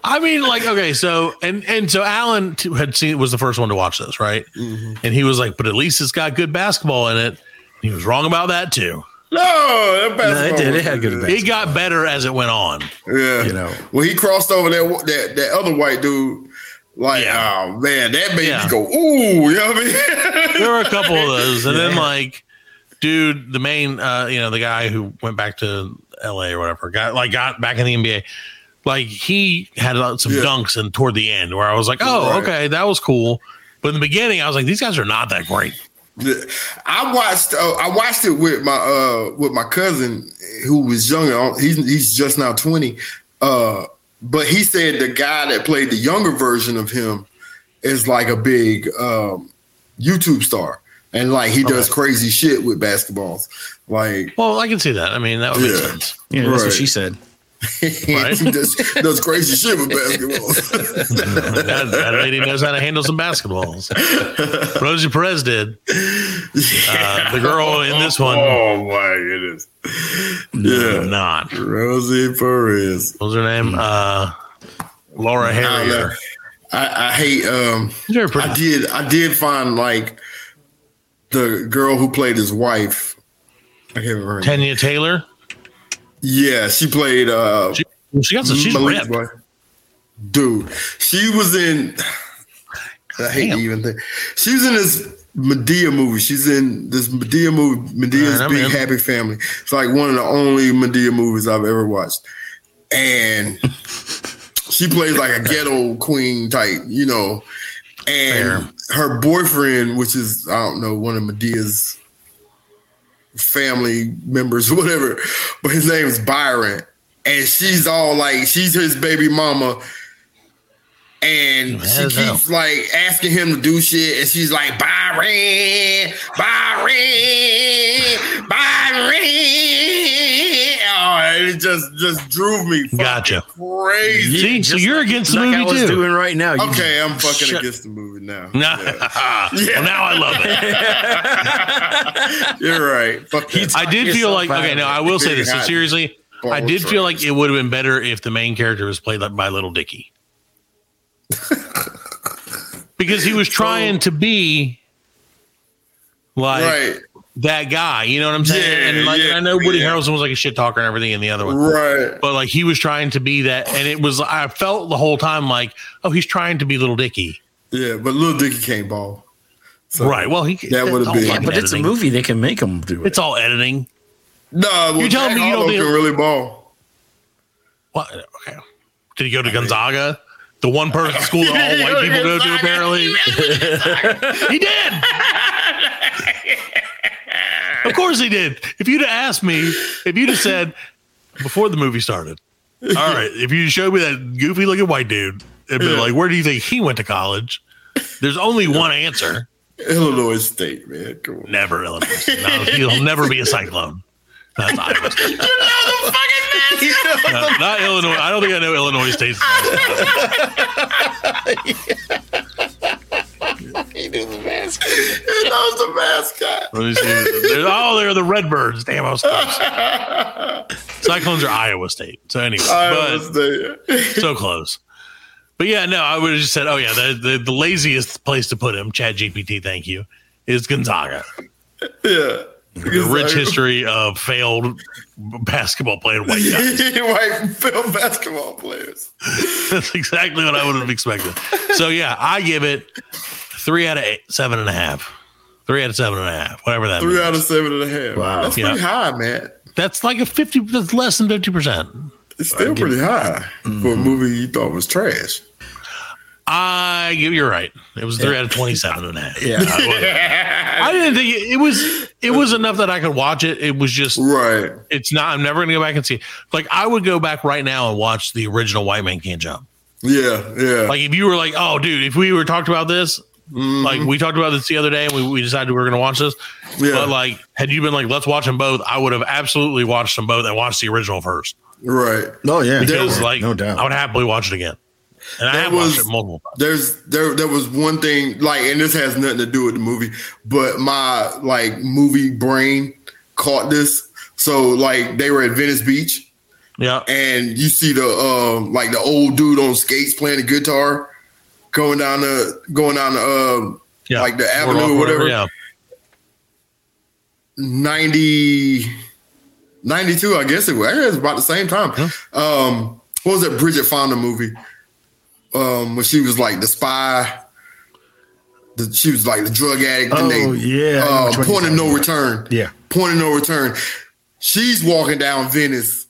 S7: I mean, like, okay, so and and so Alan t- had seen was the first one to watch this, right?
S2: Mm-hmm.
S7: And he was like, "But at least it's got good basketball in it." He was wrong about that too.
S2: No, that
S3: No, it
S2: basketball
S3: did. It
S2: was-
S3: had good basketball.
S7: It got better as it went on.
S2: Yeah,
S3: You know.
S2: when he crossed over that that that other white dude, like,
S7: Yeah.
S2: oh man, that made
S7: Yeah.
S2: me go, ooh, you know what I mean?
S7: There were a couple of those, and then like, dude, the main, uh, you know, the guy who went back to L.A. or whatever, got like got back in the NBA. Like he had uh, some
S2: Yeah.
S7: dunks, and toward the end, where I was like, "Oh,
S2: Right.
S7: okay, that was cool." But in the beginning, I was like, "These guys are not that great."
S2: I watched. Uh, I watched it with my uh, with my cousin who was younger. He's he's just now twenty. Uh, but he said the guy that played the younger version of him is like a big um, YouTube star, and like he does crazy shit with basketballs. Like
S7: Well, I can see that. I mean, that would make
S2: Yeah.
S7: sense.
S3: Yeah, that's
S2: Right.
S3: what she said.
S7: Right.
S2: he does, does crazy shit with basketballs.
S7: that, that lady knows how to handle some basketballs. Rosie Perez did. Uh, the girl in this one
S2: oh my goodness! Yeah,
S7: not. What
S2: Rosie Perez.
S7: was her name? Uh, Laura Harrier.
S2: I, I hate. um
S7: She's very pretty.
S2: I did. I did find like the girl who played his wife. I can't remember. her name.
S7: Tanya Taylor.
S2: Yeah, she played. uh
S7: She, she got some. She's
S2: Malik's wife.
S7: ripped.
S2: Dude, she was in. I hate
S7: Damn.
S2: to even think. She was in this Medea movie. She's in this Medea movie. Medea's
S7: Alright, I'm
S2: Big
S7: in.
S2: Happy Family. It's like one of the only Medea movies I've ever watched, and she plays like a ghetto queen type, you know. And her boyfriend, which is I don't know, one of Medea's family members or whatever, but his name is Byron. And she's all like, she's his baby mama. And she
S7: as hell.
S2: keeps like asking him to do shit. And she's like, Byron, Byron, Byron. Oh, and it just just drove me fucking
S7: Gotcha.
S2: crazy.
S7: See, so you're against the
S3: like I
S7: movie
S3: was
S7: too.
S3: doing right now. You
S2: Okay, I'm fucking
S7: Shut-
S2: against the movie now.
S7: Nah. well, now I love it.
S2: You're right. Fuck that.
S7: I did feel
S3: yourself
S7: like
S3: out
S7: okay.
S3: of
S7: Now
S3: it.
S7: I will say
S2: Very
S7: this so
S2: hot.
S7: seriously. I
S2: Ball
S7: did feel
S2: trash.
S7: like it would have been better if the main character was played like by Little Dicky, because he was trying to be like
S2: Right.
S7: that guy. You know what I'm saying?
S2: Yeah,
S7: and like
S2: yeah,
S7: I know Woody
S2: yeah.
S7: Harrelson was like a shit talker and everything in the other one,
S2: Right.
S7: but like he was trying to be that, and it was I felt the whole time like oh he's trying to be Little Dicky.
S2: Yeah, but Lil Dicky can't ball. So-
S7: Right. Well, he
S2: That would've
S7: it's all
S2: been-
S7: fucking
S2: Yeah,
S3: but it's a
S7: editing.
S3: movie. They can make them do it.
S7: It's all editing.
S2: No, well,
S7: You're telling
S2: Jack
S7: me you don't
S2: Harlow
S7: think-
S2: can really ball.
S7: What? Okay. Did he go to Gonzaga? The one person school that all white people go to, apparently. he did. of course he did. If you'd have asked me, if you'd have said before the movie started, all right, if you showed me that goofy looking white dude and been like, where do you think he went to college? There's only one answer.
S2: Illinois State, man. Come on.
S7: Never Illinois. State. No, he'll never be a cyclone. That's Iowa State. No, not Illinois. I don't think I know Illinois State's.
S2: It knows the mascot.
S7: Let me see. They're- oh, they're the Redbirds. Damn, I was close. Cyclones are Iowa State. So anyway,
S2: Iowa
S7: but
S2: State.
S7: so close. But yeah, no, I would have just said, oh yeah, the, the, the laziest place to put him, Chat GPT, thank you, is Gonzaga.
S2: Yeah.
S7: The rich history of failed basketball playing white guys.
S2: White film basketball players.
S7: That's exactly what I would have expected. So yeah, I give it three out of eight, seven and a half. Three out of seven and a half, whatever that
S2: Three
S7: means.
S2: out of seven and a half.
S3: Wow.
S2: That's
S7: Yeah.
S2: pretty high, man.
S7: That's like a fifty. That's less than fifty percent.
S2: It's still pretty high for a movie you thought was trash.
S7: I give Uh, you're right. It was three out of 27 and a half.
S3: Yeah.
S7: I, wasn't- I didn't think it, it was it was enough that I could watch it. It was just
S2: Right.
S7: it's not I'm never gonna go back and see it. Like I would go back right now and watch the original White Man Can't Jump.
S2: Yeah. Yeah.
S7: Like if you were like, oh dude, if we were talked about this,
S2: Mm-hmm.
S7: Like we talked about this the other day, and we, we decided we were going to watch this.
S2: Yeah.
S7: But like, had you been like, let's watch them both, I would have absolutely watched them both and watched the original first.
S2: Right.
S3: Oh yeah,
S7: Because
S2: There-
S7: like, no doubt, I would happily watch it again. And I
S2: There
S7: have
S2: was-
S7: watched it multiple times.
S2: There's there there was one thing like, and this has nothing to do with the movie, but my like movie brain caught this. So like they were at Venice Beach,
S7: Yeah,
S2: and you see the um like the old dude on skates playing the guitar, going down the going down the um
S7: yeah,
S2: like the
S7: Boardwalk
S2: avenue or whatever.
S7: Yeah,
S2: 90, 92, I guess it was. I guess it was about the same time. Um, what was that Bridget Fonda movie? Um, when she was like the spy. The, she was like the drug addict. and
S3: Oh,
S2: they,
S3: yeah, I know which
S2: Uh,
S3: one
S2: point of
S3: you're
S2: no return.
S3: Yeah.
S2: Point of no return. She's walking down Venice,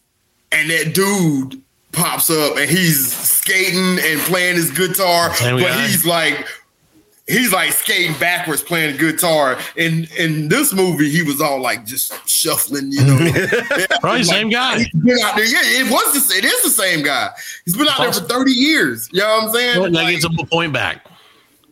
S2: and that dude pops up, and he's skating and playing his guitar,
S7: Same
S2: but
S7: guy.
S2: he's like he's like skating backwards playing guitar. In in this movie, he was all like just shuffling, you know.
S7: probably the same guy.
S2: He's been out there. Yeah, it was the, it is the same guy. He's been out there for 30 years. You know what I'm saying?
S7: Like, it's a point back.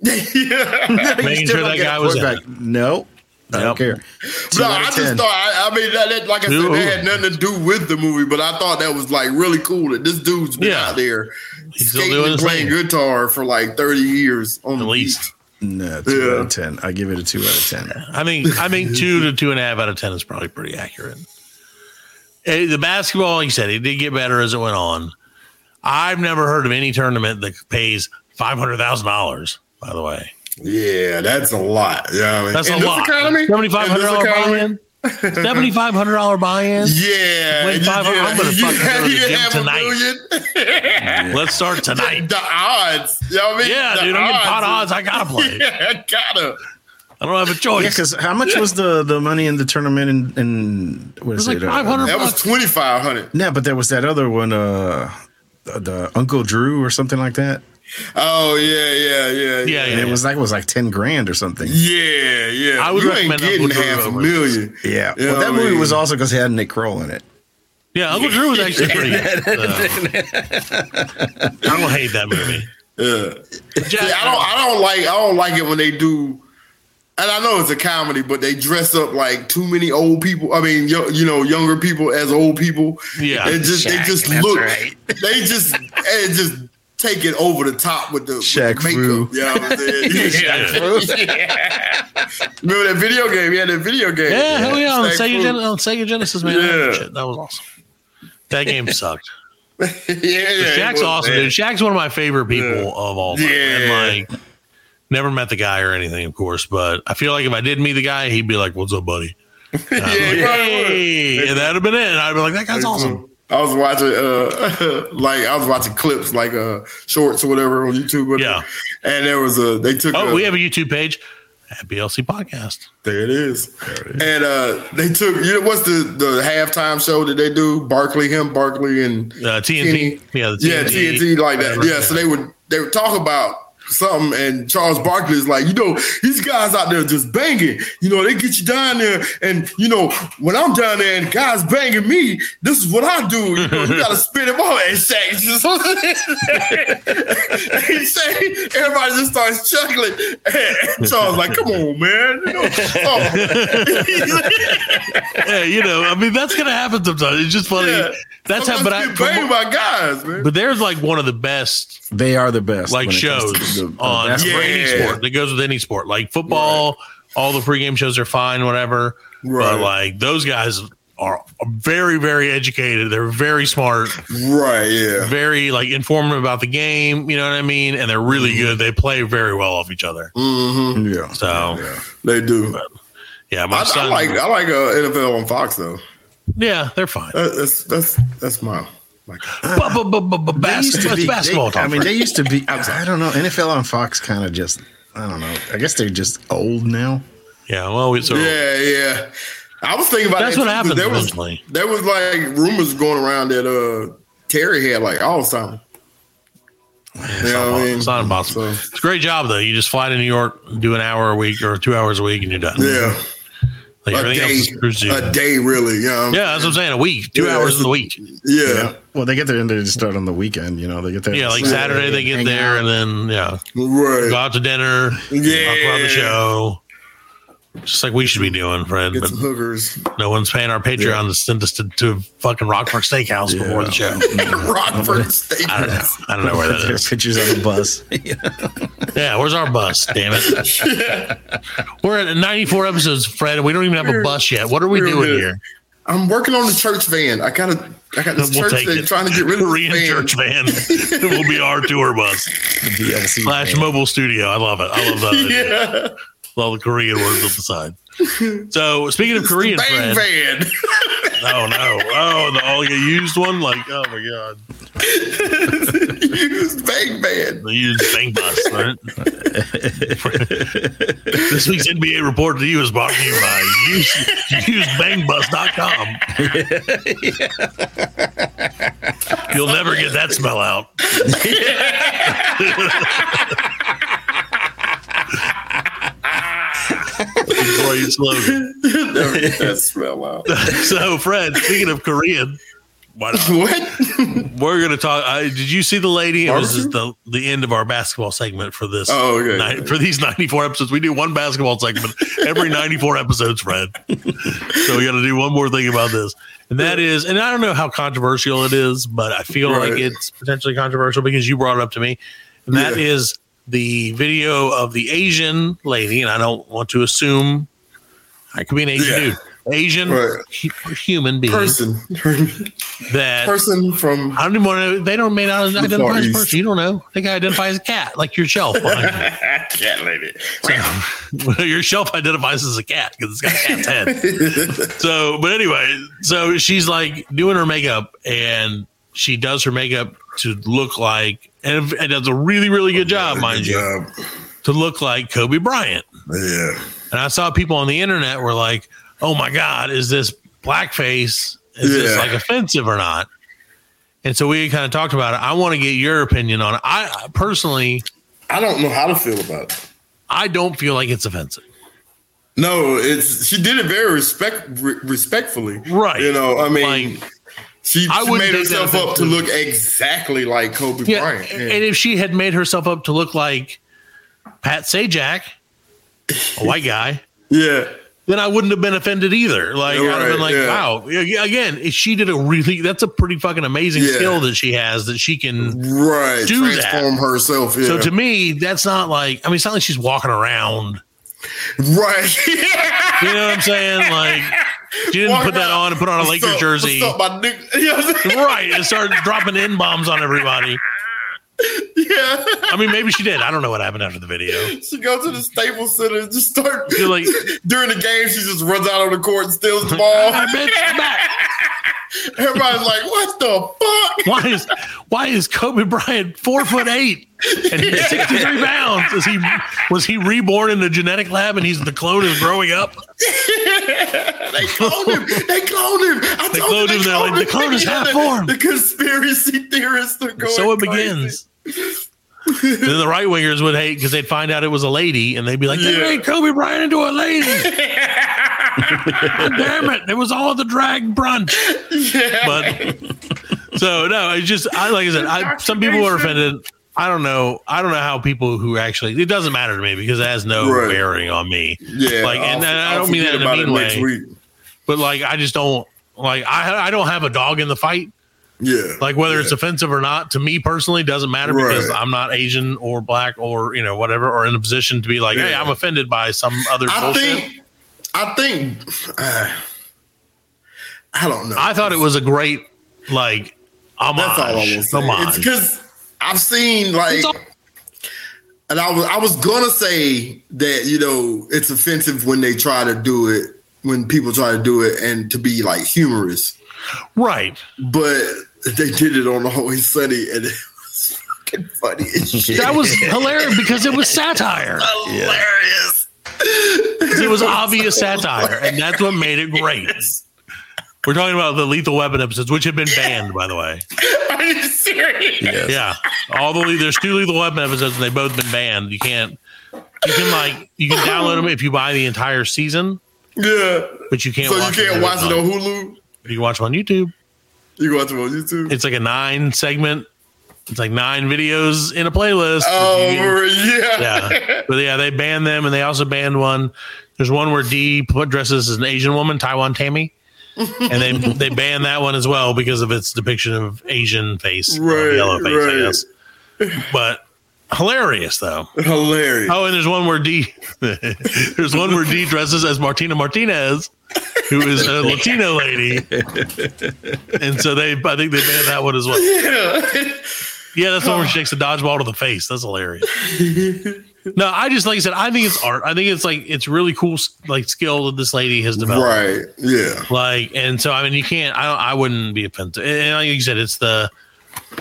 S2: yeah.
S7: Making sure that guy was in it.
S3: No, I
S7: Yep.
S3: don't care. Two
S2: No, I
S3: out of
S2: just
S3: 10.
S2: thought I, I mean that, that- like I said,
S7: Ooh.
S2: that had nothing to do with the movie, but I thought that was like really cool that this dude's been
S7: Yeah.
S2: out there
S7: He's still
S2: skating
S7: doing
S2: and
S7: his
S2: playing
S7: thing.
S2: guitar for like 30 years on
S7: At
S2: the
S7: least.
S2: beach.
S3: no, two
S2: Yeah.
S3: out of ten. I give it a two out of ten.
S7: I mean, I think two to two and a half out of ten is probably pretty accurate. Eh, The basketball, like you said, it did get better as it went on. I've never heard of any tournament that pays five hundred thousand dollars. By the way,
S2: Yeah, that's a lot. Yeah,
S7: that's a lot.
S2: Economy,
S7: Seventy five hundred
S2: In this
S7: dollar
S2: economy?
S7: buy-in. Seventy five hundred dollar buy-in.
S2: Yeah,
S7: Win
S2: you-
S7: 500, I'm gonna
S2: you-
S7: fucking go to
S2: you
S7: the gym
S2: have a
S7: tonight.
S2: million.
S7: Let's start tonight.
S2: the odds, you know what I mean?
S7: Yeah,
S2: The
S7: dude, I'm getting pot odds.
S2: is-
S7: I gotta play.
S2: Yeah, I gotta.
S7: I don't have a
S3: Yeah,
S7: choice.
S3: because how much was the the money in the tournament? In, in what is
S7: It was
S3: it?
S7: like
S3: uh,
S7: 500
S2: That was twenty five hundred.
S3: No, but there was that other one, uh, the, the Uncle Drew or something like that.
S2: Oh yeah, yeah, yeah,
S7: yeah,
S3: And
S7: yeah.
S3: it was like it was like ten grand or something.
S2: yeah, yeah.
S7: I would
S2: you ain't
S7: recommend Uncle
S2: getting
S7: Drew
S2: half a
S7: over.
S2: million.
S3: Yeah,
S2: You know
S3: well, that
S2: what I
S3: movie was
S2: mean?
S3: also because it had Nick Kroll in it.
S7: yeah, Uncle Drew was actually pretty good. Uh, I don't hate that movie. Yeah.
S2: Yeah, I don't. I don't like. I don't like it when they do. And I know it's a comedy, but they dress up like too many old people. I mean, yo, you know, younger people as old people.
S7: Yeah.
S2: it just they just look. They just it just take it over the top with the, with the
S3: Shaq
S2: makeup.
S3: Fu.
S2: You know what I'm saying?
S7: Yeah.
S2: Remember that video game? Yeah, that video game.
S7: Yeah, hell yeah, on
S2: Shaq
S7: Sega,
S2: Fu.
S7: Gen- on Sega Genesis, man.
S2: Yeah.
S7: Shit, that was awesome. That game sucked.
S2: yeah, yeah,
S7: But
S2: it
S7: Shaq's
S2: was
S7: awesome,
S2: bad.
S7: dude. Shaq's one of my favorite people
S2: Yeah.
S7: of all time.
S2: Yeah.
S7: And like, never met the guy or anything, of course, but I feel like if I did meet the guy, he'd be like, "What's up, buddy?" And I'd be
S2: Yeah,
S7: like,
S2: he probably would.
S7: "Hey," and that'd have been it. And I'd be like, "That guy's awesome."
S2: I was watching uh like I was watching clips like uh shorts or whatever on YouTube. or
S7: Yeah.
S2: And there was a they took
S7: Oh,
S2: a,
S7: we have a YouTube page at BLC Podcast.
S2: there it is. And uh they took you know what's the the halftime show that they do? Barkley, him, Barkley and
S7: Uh, TNT. Yeah, the
S2: yeah, TNT like that.
S7: whatever.
S2: Yeah, so they would they would talk about something, and Charles Barkley is like, you know, these guys out there just banging. You know, they get you down there, and you know, when I'm down there and guys banging me, this is what I do. You know, you gotta spin them all and Shaq just and Shaq, everybody just starts chuckling. And Charles like, come on, man. You know, oh.
S7: Yeah, you know, I mean, that's gonna happen sometimes. It's just funny.
S2: Yeah.
S7: That's how. But I,
S2: Sometimes you get banged
S7: but,
S2: by guys, man.
S7: but there's like one of the best
S3: They are the best.
S7: like
S3: when it
S7: shows
S3: comes to the- the
S7: on
S3: best-
S2: Yeah.
S7: for any sport that goes with any sport, like football. All the pregame shows are fine, whatever.
S2: Right.
S7: But like those guys are very, very educated. They're very smart,
S2: Right, yeah.
S7: very like informative about the game. You know what I mean? And they're really
S2: Mm-hmm.
S7: good. They play very well off each other.
S3: Yeah.
S7: So
S2: They do.
S7: yeah, my
S2: I, I
S7: son.
S2: like I like uh, NFL on Fox though.
S7: yeah, they're fine.
S2: That, that's that's that's my like.
S3: They used to
S7: Basketball,
S3: be-
S7: basketball
S3: they- I
S7: talk.
S3: mean, they used to be. I don't know. NFL on Fox kind of just. I don't know. I guess they're just old now.
S7: Yeah, well, we, so
S2: Yeah, yeah. I was thinking about
S7: Oh. That's
S2: that
S7: what
S2: too, 'cause
S7: happens
S2: There was
S7: eventually.
S2: there was like rumors going around that uh Terry had like Alzheimer's. You know what I mean?
S7: it's not impossible.
S2: So,
S7: It's a great job though. You just fly to New York, do an hour a week or two hours a week, and you're done.
S2: yeah,
S7: Like
S2: a
S7: everything
S2: day,
S7: else is cruise ship.
S2: a day really. You know?
S7: Yeah, that's what I'm saying. A week, two
S2: Yeah,
S7: hours
S2: it's
S7: in the
S2: a-
S7: week.
S2: Yeah.
S3: Well, they get there and they just start on the weekend. You know, they get there.
S7: Yeah, like Saturday they get
S3: hang
S7: there,
S3: out.
S7: and then yeah,
S2: Right.
S7: go out to dinner, talk about the show, just like we should be doing, Fred.
S2: Get
S7: But
S2: some hookers.
S7: no one's paying our Patreon to send us to, to fucking Rockford Steakhouse before the show.
S2: Rockford Steakhouse.
S7: I don't know. I don't know where that
S3: There are
S7: is.
S3: pictures on the bus.
S7: Yeah, where's our bus? Damn it. We're at 94 episodes, Fred, and we don't even have a bus yet. What are we
S2: We're
S7: doing
S2: good.
S7: here?
S2: I'm working on the church van. I gotta. I got this
S7: We'll
S2: church
S7: take
S2: van
S7: it.
S2: trying to get rid of the
S7: Korean
S2: van.
S7: church van. it will be our tour bus
S3: DLC
S7: slash
S3: man.
S7: mobile studio. I love it. I love that. idea.
S2: Yeah,
S7: Love the Korean words on the side. So speaking of Korean,
S2: bang van.
S7: Fred, oh no, oh the all you used one, like oh my god,
S2: Use bang van.
S7: the used bang bus. Right? this week's NBA report to you is brought to you by use, usebangbus.com. You'll never get that smell out. Great slogan.
S2: Never get that smell out.
S7: so, Fred, speaking of Korean, why not? Mm-hmm.
S2: what?
S7: we're going to talk. I, did you see the lady? It was
S2: Barbecue?
S7: just the the end of our basketball segment for this.
S2: Oh, okay.
S7: ni- for these ninety four episodes, we do one basketball segment every ninety four episodes, Fred. so we got to do one more thing about this, and that is, and I don't know how controversial it is, but I feel like
S2: Right.
S7: it's potentially controversial because you brought it up to me, and that is
S2: Yeah.
S7: the video of the Asian lady, and I don't want to assume. I could be an Asian
S2: Yeah.
S7: dude. Asian
S2: Right.
S7: hu- human being
S2: person.
S7: that
S2: person from.
S7: I don't even want to. They don't may not
S2: Far
S7: identify as a
S2: East.
S7: person. You don't know. They can identify as a cat, like your shelf. Like,
S2: Cat lady.
S7: your shelf identifies as a cat because it's got a cat's head. so, but anyway, so she's like doing her makeup, and she does her makeup to look like, and, and does a really, really good job, mind you,
S2: Yeah.
S7: to look like Kobe Bryant.
S2: Um, Yeah.
S7: And I saw people on the internet were like, "Oh my God, is this blackface? Is this
S2: Yeah.
S7: like offensive or not?" And so we kind of talked about it. I want to get your opinion on it. I personally,
S2: I don't know how to feel about it.
S7: I don't feel like it's offensive.
S2: No, it's she did it very respect re- respectfully.
S7: Right.
S2: You know, I mean,
S7: Like,
S2: she,
S7: I
S2: she
S7: wouldn't
S2: made
S7: take that
S2: herself up to
S7: offensive.
S2: look exactly like Kobe
S7: yeah.
S2: Bryant. Yeah.
S7: And if she had made herself up to look like Pat Sajak, a white guy,
S2: yeah.
S7: then I wouldn't have been offended either. Like
S2: Yeah,
S7: I'd have been
S2: right,
S7: like,
S2: yeah.
S7: wow. Yeah, Again, she did a really. That's a pretty fucking amazing
S2: Yeah.
S7: skill that she has that she can
S2: Right.
S7: Do that.
S2: Transform herself. Yeah.
S7: So to me, that's not like I mean, it's not like she's walking around.
S2: right.
S7: You know what I'm saying? Like she didn't
S2: Walking
S7: put that
S2: around.
S7: on and put on a
S2: What's
S7: Laker
S2: up?
S7: jersey,
S2: What's up, my nigga? You know what I'm saying?
S7: right? And start dropping n bombs on everybody.
S2: Yeah.
S7: I mean, maybe she did. I don't know what happened after the video.
S2: She goes to the Staples Center and just start
S7: You're like-
S2: during the game. She just runs out on the court and steals the ball.
S7: I bet she's back.
S2: Everybody's like, "What the fuck?"
S7: Why is why is Kobe Bryant four foot eight and he's 63 pounds? Is he was he reborn in the genetic lab and he's the clone is growing up?
S2: They cloned him. They cloned him. I
S7: They
S2: told you
S7: cloned him. They're like, "The clone is
S2: Yeah, the-
S7: half-formed."
S2: The conspiracy theorists are going.
S7: so it
S2: crazy.
S7: begins. then the right wingers would hate because they'd find out it was a lady and they'd be like, they
S2: Yeah.
S7: made Kobe Bryant into a lady. God damn it. It was all the drag brunch. But so no, it's just I like I said, I, some people were offended. I don't know. I don't know how people who actually it doesn't matter to me because it has no
S2: Right.
S7: bearing on me.
S2: Yeah,
S7: Like and,
S2: I'll-
S7: I
S2: I'll
S7: don't mean that
S2: forget
S7: in a
S2: about it
S7: mean
S2: next
S7: way.
S2: week.
S7: But like I just don't like I I don't have a dog in the fight.
S2: Yeah,
S7: Like whether it's offensive or not, to me personally doesn't matter because
S2: Right.
S7: I'm not Asian or black or you know whatever or in a position to be like, hey,
S2: Yeah.
S7: I'm offended by some other
S2: I
S7: bullshit.
S2: think. I think. Uh, I don't know.
S7: I thought it was a great like homage.
S2: That's all I was saying. It's
S7: homage.
S2: because I've seen like, and I was I was gonna say that you know it's offensive when they try to do it when people try to do it and to be like humorous,
S7: right?
S2: but they did it on Always Sunny and it was fucking funny as shit.
S7: That was hilarious because it was satire.
S2: hilarious.
S7: It was obvious satire, and that's what made it great. We're talking about the Lethal Weapon episodes, which have been banned, by the way.
S2: Are you serious?
S7: Yeah, all the there's two Lethal Weapon episodes, and they've both been banned. You can't. You can like you can download them if you buy the entire season,
S2: Yeah.
S7: But you can't
S2: So you
S7: watch
S2: can't
S7: on
S2: watch it on Hulu?
S7: You can watch them on YouTube.
S2: You can watch them on YouTube.
S7: It's like a nine segment. It's like nine videos in a playlist.
S2: Oh, yeah.
S7: yeah. But yeah, they banned them, and they also banned one. There's one where D put dresses as an Asian woman, Taiwan Tammy, and they they banned that one as well because of its depiction of Asian face, or
S2: Right,
S7: yellow face,
S2: right.
S7: I guess. But hilarious though.
S2: Hilarious.
S7: Oh, and there's one where D. there's one where D dresses as Martina Martinez, who is a Latino lady, and so they. I think they banned that one as well.
S2: Yeah.
S7: Yeah, that's the one where she takes a dodgeball to the face. That's hilarious. no, I just like I said, I think it's art. I think it's like it's really cool, s- like skill that this lady has developed.
S2: Right. Yeah.
S7: Like, and so I mean, you can't. I don't. I wouldn't be offended. And and like you said, it's the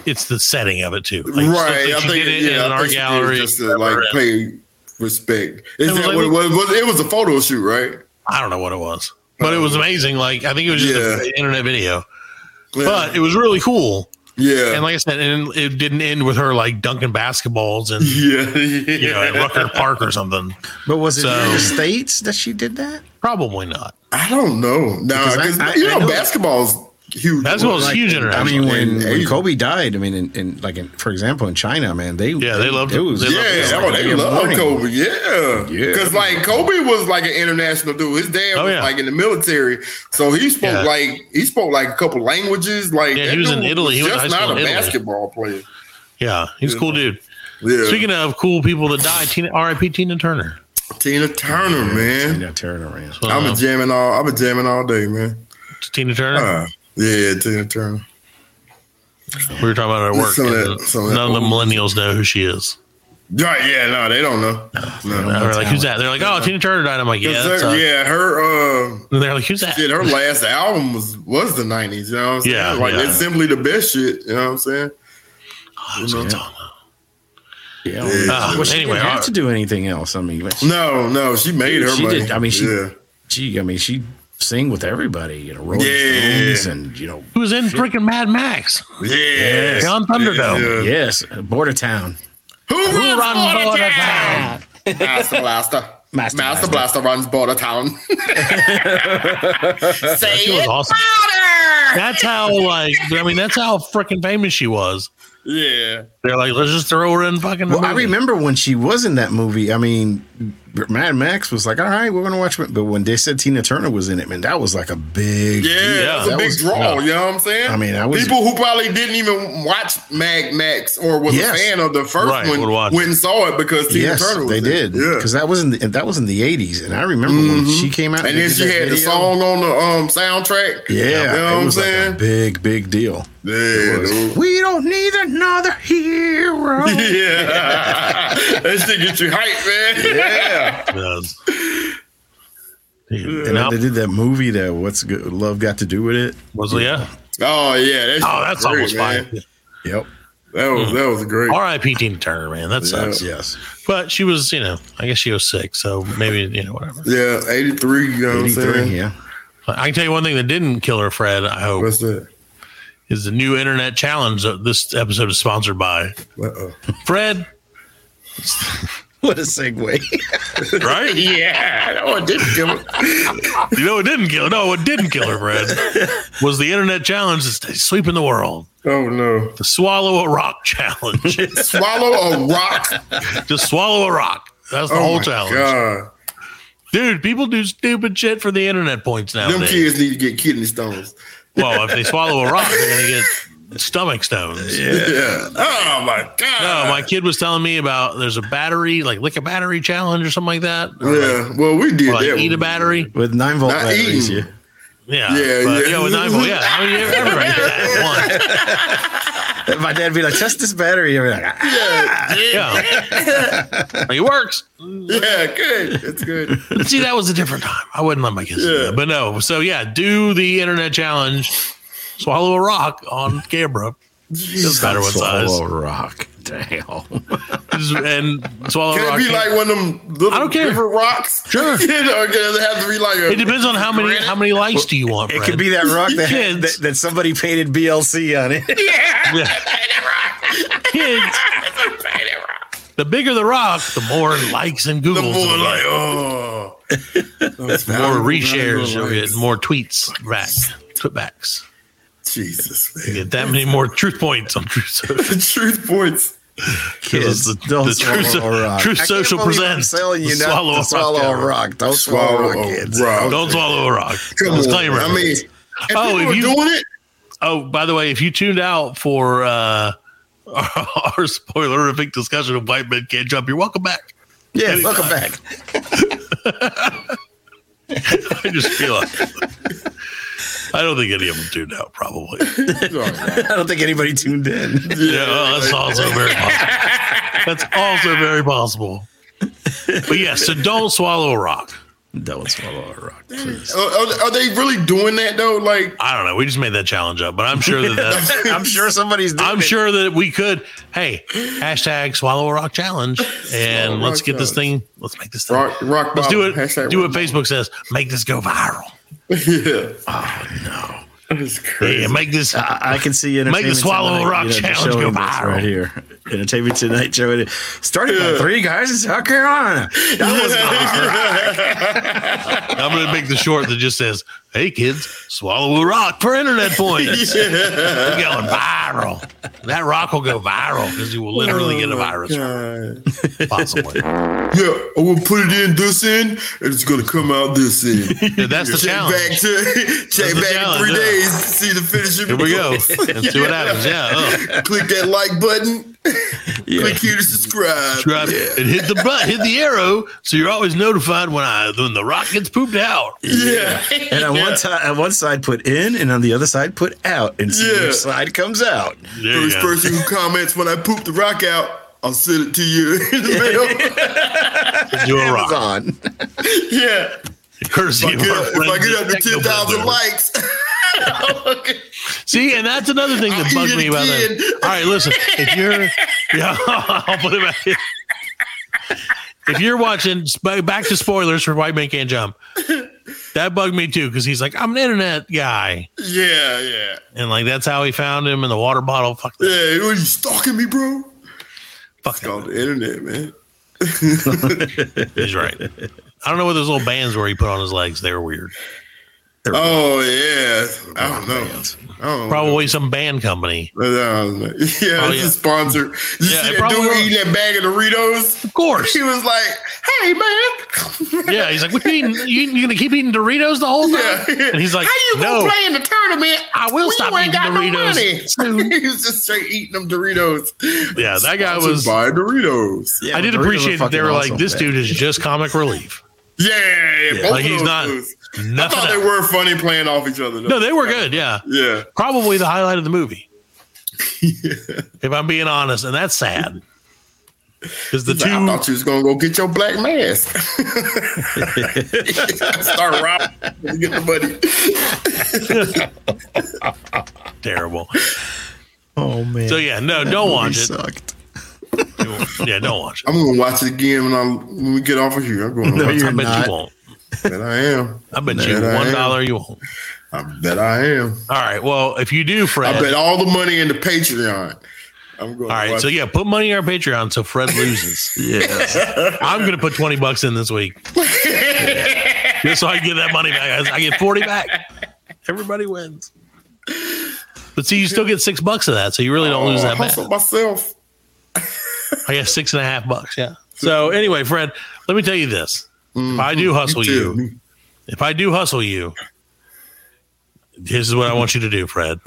S7: it's the setting of it too. Like, stuff
S2: right.
S7: that
S2: I
S7: she
S2: think
S7: did it
S2: yeah,
S7: in an
S2: I
S7: art
S2: think she did it
S7: gallery.
S2: just to like
S7: whatever.
S2: pay respect. Is
S7: And
S2: that
S7: like-
S2: what it was? was? It was a photo shoot, right?
S7: I don't know what it was, but it was amazing. Like I think it was just
S2: Um, Yeah.
S7: an internet video,
S2: Yeah.
S7: but it was really cool.
S2: yeah.
S7: And like I said, and it didn't end with her like dunking basketballs and
S2: yeah.
S7: you know at Rucker Park or something.
S3: But was it in
S7: So-
S3: the states that she did that?
S7: Probably not.
S2: I don't know. Nah,
S3: Because I-
S2: 'cause,
S3: I-
S2: you
S3: I
S2: know,
S3: know-
S2: basketball's huge.
S7: Basketball's
S2: Like,
S7: huge international.
S3: I mean, when,
S2: In
S3: when
S2: Asia.
S3: Kobe died, I mean, in, in like in, for example, in China, man, they
S7: Yeah, they loved
S3: it.
S7: him.
S3: Was
S7: They loved
S2: Yeah,
S7: him.
S2: oh, they
S3: Good
S2: love
S3: morning.
S2: Kobe. Yeah,
S3: Yeah.
S2: because like Kobe was like an international dude. His dad
S7: Oh,
S2: was
S7: yeah.
S2: like in the military, so he spoke
S7: Yeah.
S2: like he spoke like a couple languages. Like
S7: Yeah,
S2: that
S7: he was in
S2: dude
S7: Italy. He went to
S2: just
S7: high school
S2: not a
S7: in Italy.
S2: basketball player.
S7: Yeah, he's a cool dude.
S2: Yeah,
S7: Speaking of cool people that died, Tina, R.I.P. Tina Turner.
S2: Tina Turner, man.
S3: Yeah, tearing around.
S7: So,
S2: I've
S7: uh,
S2: been jamming all. I've been jamming all day, man.
S7: Tina Turner.
S2: Uh, yeah, Tina Turner.
S7: we were talking about her at work.
S2: some of that-
S7: and uh,
S2: some of that
S7: none of the millennials know who she is.
S2: Right? Yeah, no, they don't know. No.
S7: They're like, "Who's that?" They're like, "Oh, Tina Turner died." I'm like, "Yeah."
S2: Her-
S7: that's us."
S2: yeah, her uh,
S7: And they're like, "Who's that?"
S2: shit. Her last album was was the nineties. You know what I'm saying?
S7: Yeah,
S2: like
S7: yeah. Oh,
S2: it's simply the best shit. You know what I'm saying?
S7: That's what I'm talking about.
S3: Yeah. well,
S7: Uh,
S3: she
S7: anyway,
S3: didn't
S7: uh,
S3: have to do anything else. I mean, she,
S2: No, no, she made her
S3: she
S2: money.
S3: did. I mean, she,
S2: yeah.
S3: she, I mean, she sang with everybody. You know, Rolling
S2: Yeah.
S3: Stones, and you know,
S7: Who was in freaking Mad Max?
S2: Yes.
S7: John Thunderdome.
S2: Yeah.
S3: yes, Border Town.
S2: Who, runs,
S7: Who run
S2: Border
S7: for the
S2: Town?
S7: town?
S2: Master Blaster. Master,
S3: Master Blaster.
S2: Blaster. runs Border Town. Say
S7: She was
S2: it
S7: awesome.
S2: louder.
S7: That's how like I mean, that's how freaking famous she was.
S2: Yeah.
S7: They're like, "Let's just throw her in fucking." the
S3: Well, I
S7: movie."
S3: remember when she was in that movie. I mean, Mad Max was like, "All right, we're going to watch," it." but when they said Tina Turner was in it, man, that was like a big.
S2: Yeah, that's a
S3: that
S2: big
S3: was-
S2: draw. You know what I'm saying?
S3: I mean, I was-
S2: people who probably didn't even watch Mag Max or was
S3: Yes.
S2: a fan of the first
S7: Right,
S2: one
S7: would watch.
S2: went and saw it because Tina
S3: yes,
S2: Turner was
S3: they
S2: in
S3: did.
S2: it. Yeah, Mm-hmm.
S3: because that was in the, that was in the eighties, and I remember when she came out,
S2: and then
S3: did
S2: she
S3: that
S2: had the
S3: video.
S2: song on the um soundtrack.
S3: Yeah,
S2: you know
S3: it
S2: what I'm
S3: was like a
S2: saying?
S3: big, big deal.
S2: yeah, dude.
S3: We don't need another hero.
S2: yeah. that shit get you hype, man. Yeah.
S7: Yes.
S3: And
S7: Now-
S3: they did that movie that what's good, love got to do with it.
S7: was yeah.
S2: Oh yeah. That
S7: Oh, that's
S2: that's almost
S7: almost
S2: man.
S7: fine.
S3: Yep.
S2: That
S3: Hmm.
S2: was that was great.
S7: R.I.P. Tina Turner, man. That sucks.
S3: Yes.
S7: But she was, you know, I guess she was sick, so maybe you know whatever.
S2: Yeah, eighty three. You know what I'm
S3: Eighty
S2: saying?
S3: three. Yeah.
S7: I can tell you one thing that didn't kill her, Fred. I hope
S2: What's that?
S7: is the new internet challenge that this episode is sponsored by
S2: Uh-oh.
S7: Fred.
S3: What a segue.
S7: Right?
S2: Yeah. Oh, it did kill it.
S7: you know, it didn't kill. No, what didn't kill her, Fred, was the internet challenge that's sweeping the world.
S2: Oh no.
S7: The swallow a rock challenge.
S2: Swallow a rock.
S7: Just swallow a rock. That's the
S2: Oh
S7: whole
S2: my
S7: challenge,
S2: god.
S7: dude. People do stupid shit for the internet points
S2: Them
S7: nowadays.
S2: kids need to get kidney stones.
S7: Well, if they swallow a rock, they're gonna get stomach stones.
S2: Yeah. Oh my god.
S7: No, my kid was telling me about there's a battery, like lick a battery challenge or something like that. Or like-
S2: Oh, Yeah. Well, we did
S7: or like
S2: that.
S7: eat a
S2: one.
S7: battery.
S3: With nine volt
S2: Not E.
S3: batteries.
S2: eating.
S3: Yeah.
S7: Yeah.
S2: Yeah,
S7: but,
S2: yeah.
S7: yeah. with nine volt. Yeah. I mean, everybody did that once.
S3: My dad be like, test this battery. I'd be like, "Ah."
S7: Yeah. Like, it works.
S2: Yeah, good. It's good.
S7: But see, that was a different time. I wouldn't let my kids do
S2: Yeah.
S7: that. But no. So, yeah, do the internet challenge. Swallow a rock on camera. Doesn't matter what size.
S3: Swallow rock. Damn.
S7: Just- And swallow a
S2: Can it
S7: rock.
S2: be like one of them little
S7: Oh, I don't care.
S2: river rocks?
S7: Sure.
S2: you know, it doesn't have to be like a.
S7: it depends on how many how many likes do you want.
S3: It
S7: Fred.
S3: could be that rock that,
S7: Kids.
S3: that that somebody painted BLC on it.
S7: kids. The bigger the rock, the more likes and
S2: The
S7: Googles.
S2: boy
S7: it'll get.
S2: like, oh,
S7: more reshares, you'll get more tweets back. Tweetbacks.
S2: Jesus,
S7: You get that many more truth points on Truth Social.
S2: truth points.
S7: Kids, the,
S3: don't
S7: the truth,
S3: swallow a rock.
S7: Truth
S3: I can't
S7: Social
S3: believe I'm
S7: presents.
S3: telling you
S7: the
S3: not to swallow a rock. Don't swallow a rock, kids.
S7: Don't swallow a rock.
S2: Come on.
S7: Disclaimer.
S2: I mean,
S7: oh,
S2: people
S7: if
S2: are
S7: you
S2: doing it,
S7: Oh, by the way, if you tuned out for uh, our, our spoilerific discussion of White Men Can't Jump, you're welcome back.
S3: Yeah, welcome back.
S7: I just feel like I don't think any of them tuned out, probably.
S3: I don't think anybody tuned in.
S7: Yeah, well, that's also very possible. That's also very possible. But yeah, so don't swallow a rock.
S3: Don't swallow a rock. Please.
S2: are, are- are they really doing that though? Like,
S7: I don't know. We just made that challenge up, but I'm sure that that's.
S3: I'm sure somebody's. Doing
S7: I'm
S3: it.
S7: sure that we could. Hey, hashtag swallow a rock challenge, and
S2: Swallow a
S7: let's
S2: rock
S7: get this thing. Let's make this thing.
S2: Rock- rock
S7: let's do it.
S2: bottom. Hashtag
S7: do
S2: rock
S7: what Facebook says. Make this go viral. Oh,
S2: yeah, it's
S7: Yeah,
S2: crazy.
S7: make this.
S3: I, I can see entertainment.
S7: Make the Swallow
S3: Tonight,
S7: Rock
S3: the
S7: Challenge
S3: show
S7: go
S3: in this
S7: viral.
S3: right here. Entertainment Tonight show it started by three guys in South Carolina. That was
S7: I'm going to make the short that just says, "Hey kids, swallow a rock for internet points." We're going viral. That rock will go viral because you will literally get a virus,
S2: Oh, God.
S7: possibly.
S2: Yeah, I will put it in this end, and it's gonna come out this end. check
S7: Yeah, that's the
S2: back
S7: challenge.
S2: to check
S7: the
S2: back in
S7: challenge,
S2: three
S7: yeah.
S2: days to see the finishing.
S7: Here we go.
S2: results.
S7: And see what happens. Yeah. oh.
S2: Click that like button. Click here to subscribe.
S7: Subscribe and hit the butt, hit the arrow, so you're always notified when I when the rock gets pooped out.
S2: Yeah.
S3: and on one ti- on one side put in, and on the other side put out, and see
S2: Yeah.
S3: which side comes out.
S7: There you
S2: First
S7: go.
S2: person who comments when I poop the rock out, I'll send it to you in the mail.
S7: Do a rock.
S3: Amazon.
S2: yeah.
S7: Courtesy
S2: If I
S7: of
S2: get
S7: our
S2: up, if I
S7: friends
S2: get up to
S7: at
S2: ten thousand
S7: Technoblender.
S2: likes,
S7: See, and that's another thing that
S2: I'll
S7: bugs
S2: eat
S7: me
S2: it
S7: about
S2: again.
S7: that. All right, listen, if you're, yeah, I'll put it back. here. If you're watching, sp- back to spoilers for White Man Can't Jump. That bugged me too because he's like, I'm an internet guy,
S2: yeah, yeah,
S7: and like that's how he found him in the water bottle. Fuck, that,
S2: yeah. Are you stalking me, bro?
S7: fuck
S2: It's called
S7: that.
S2: the internet, man.
S7: He's right. I don't know what those little bands were he put on his legs. They were weird.
S2: Oh yeah, I don't know. I don't know.
S7: Probably some band company,
S2: But, um, yeah, it's
S7: yeah.
S2: a sponsor. You
S7: Yeah,
S2: see
S7: it
S2: that
S7: probably
S2: dude
S7: was.
S2: eating that bag of Doritos?
S7: of course.
S2: He was like, "Hey, man."
S7: Yeah, he's like, "What you eating? You, you gonna keep eating Doritos the whole time?"
S2: Yeah.
S7: And he's like,
S2: How you
S7: "No,
S2: gonna play in the tournament?
S7: I will
S2: when
S7: stop
S2: you ain't
S7: eating
S2: got
S7: Doritos
S2: No
S7: soon."
S2: money. he was just straight eating them Doritos.
S7: Yeah, that guy
S2: Sponsored
S7: was-
S2: by Doritos.
S3: Yeah,
S7: I did
S3: Doritos are
S7: appreciate that they
S3: fucking
S7: were
S3: awesome,
S7: like, this
S3: man.
S7: dude is just comic relief.
S2: Yeah, yeah, both
S7: Like
S2: of
S7: he's
S2: those
S7: not
S2: dudes. I
S7: nothing.
S2: thought they
S7: else.
S2: were funny playing off each other. Though.
S7: No, they were good. Yeah,
S2: yeah,
S7: probably the highlight of the movie. If I'm being honest, and that's sad. Because the
S2: He's like, I
S7: two,
S2: thought you was gonna go get your black mask. Start robbing to get the money.
S7: terrible.
S3: Oh man.
S7: So yeah, no, don't watch it.
S3: Sucked.
S7: Yeah, don't watch it.
S2: I'm gonna watch it again when I when we get off of here. I'm going to
S3: No,
S2: watch
S3: you're
S7: I bet
S3: not.
S7: you won't.
S2: it. Bet I am.
S7: I bet you
S2: I
S7: one
S2: am.
S7: dollar you won't.
S2: I bet I am.
S7: All right. Well, if you do, Fred.
S2: I bet all the money in the Patreon. I'm going.
S7: all right. So yeah, put money on Patreon so Fred loses.
S3: Yeah.
S7: I'm gonna put twenty bucks in this week. Just so I can get that money back. I get forty back. Everybody wins. But see, you still get six bucks of that, so you really don't lose that bad.
S2: hustle myself.
S7: I guess six and a half bucks. Yeah. So anyway, Fred, let me tell you this: if I do hustle you,
S2: Dude,
S7: if I do hustle you, this is what I want you to do, Fred.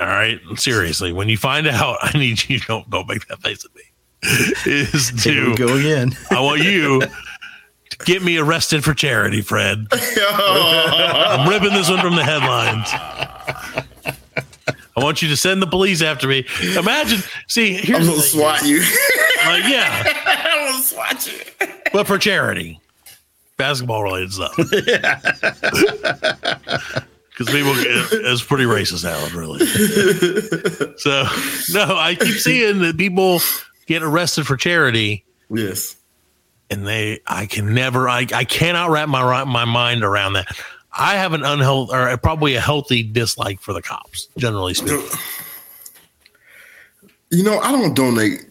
S7: All right, seriously. When you find out, I need you don't don't make that face at me. Is
S3: Here
S7: to
S3: we go again.
S7: I want you to get me arrested for charity, Fred. I'm ripping this one from the headlines. I want you to send the police after me. Imagine, see, here's
S2: I'm
S7: the
S2: gonna
S7: thing.
S2: swat you.
S7: Like, yeah,
S2: I'm gonna swat you.
S7: but for charity, basketball related stuff. Because people, get- it's pretty racist, Alan. Really. So no, I keep seeing that people get arrested for charity.
S2: Yes.
S7: and they I can never I, I cannot wrap my ri- my mind around that. I have an unhealthy or probably a healthy dislike for the cops, generally speaking.
S2: You know, I don't donate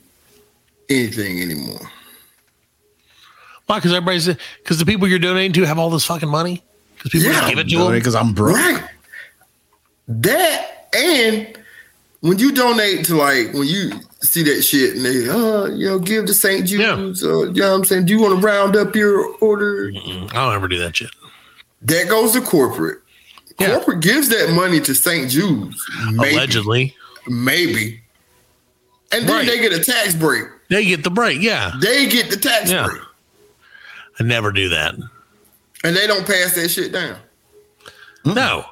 S2: anything anymore.
S7: Why? Because everybody's because the people you're donating to have all this fucking money. Because people just give it to them.
S3: because I'm broke.
S2: Right. That and when you donate to like when you see that shit and they uh you know give to St. Jude's uh, you know what I'm saying? Do you want to round up your order?
S7: I don't ever do that shit.
S2: That goes to corporate. Corporate gives that money to St. Jude's. Maybe,
S7: Allegedly,
S2: maybe. And then
S7: Right.
S2: they get a tax break.
S7: they get the break. Yeah,
S2: They get the tax
S7: Yeah.
S2: break.
S7: I never do that.
S2: And they don't pass that shit down.
S7: No,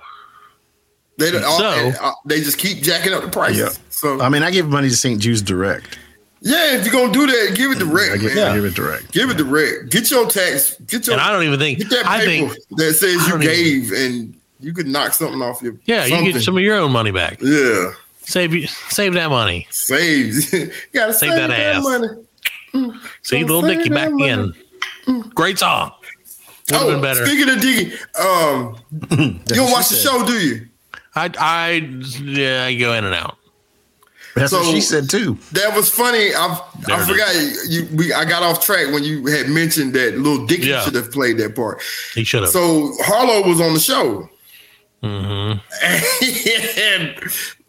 S2: They don't, all-
S7: So-
S2: and, uh, they just keep jacking up the prices.
S3: Yeah.
S2: So
S3: I mean, I give money to St. Jude's direct.
S2: yeah, if you're gonna do that, give it to Rick.
S3: I give,
S2: man.
S3: I give it direct.
S2: Give it to Rick. Get your tax. Get your.
S7: and I don't even think.
S2: get that paper
S7: I think.
S2: that says
S7: I
S2: you
S7: don't even-
S2: gave, and you could knock something off your.
S7: Yeah, you
S2: something.
S7: get some of your own money back.
S2: Yeah,
S7: Save you. Save that money.
S2: save. you gotta save,
S7: that
S2: that,
S7: ass.
S2: money.
S7: See
S2: Don't
S7: little
S2: save
S7: Nicky
S2: that
S7: back
S2: money.
S7: in. Great song. Would have been better.
S2: Oh, speaking of Diggy, um, you don't watch the show, do you?
S7: I I yeah, I go in and out.
S3: That's
S2: So-
S3: what she said too.
S2: That was funny. I
S7: There it
S2: I
S7: is.
S2: forgot you. We I got off track when you had mentioned that little Dicky
S7: Yeah.
S2: should have played that part.
S7: He should have.
S2: So Harlow was on the show.
S7: Mhm.
S2: and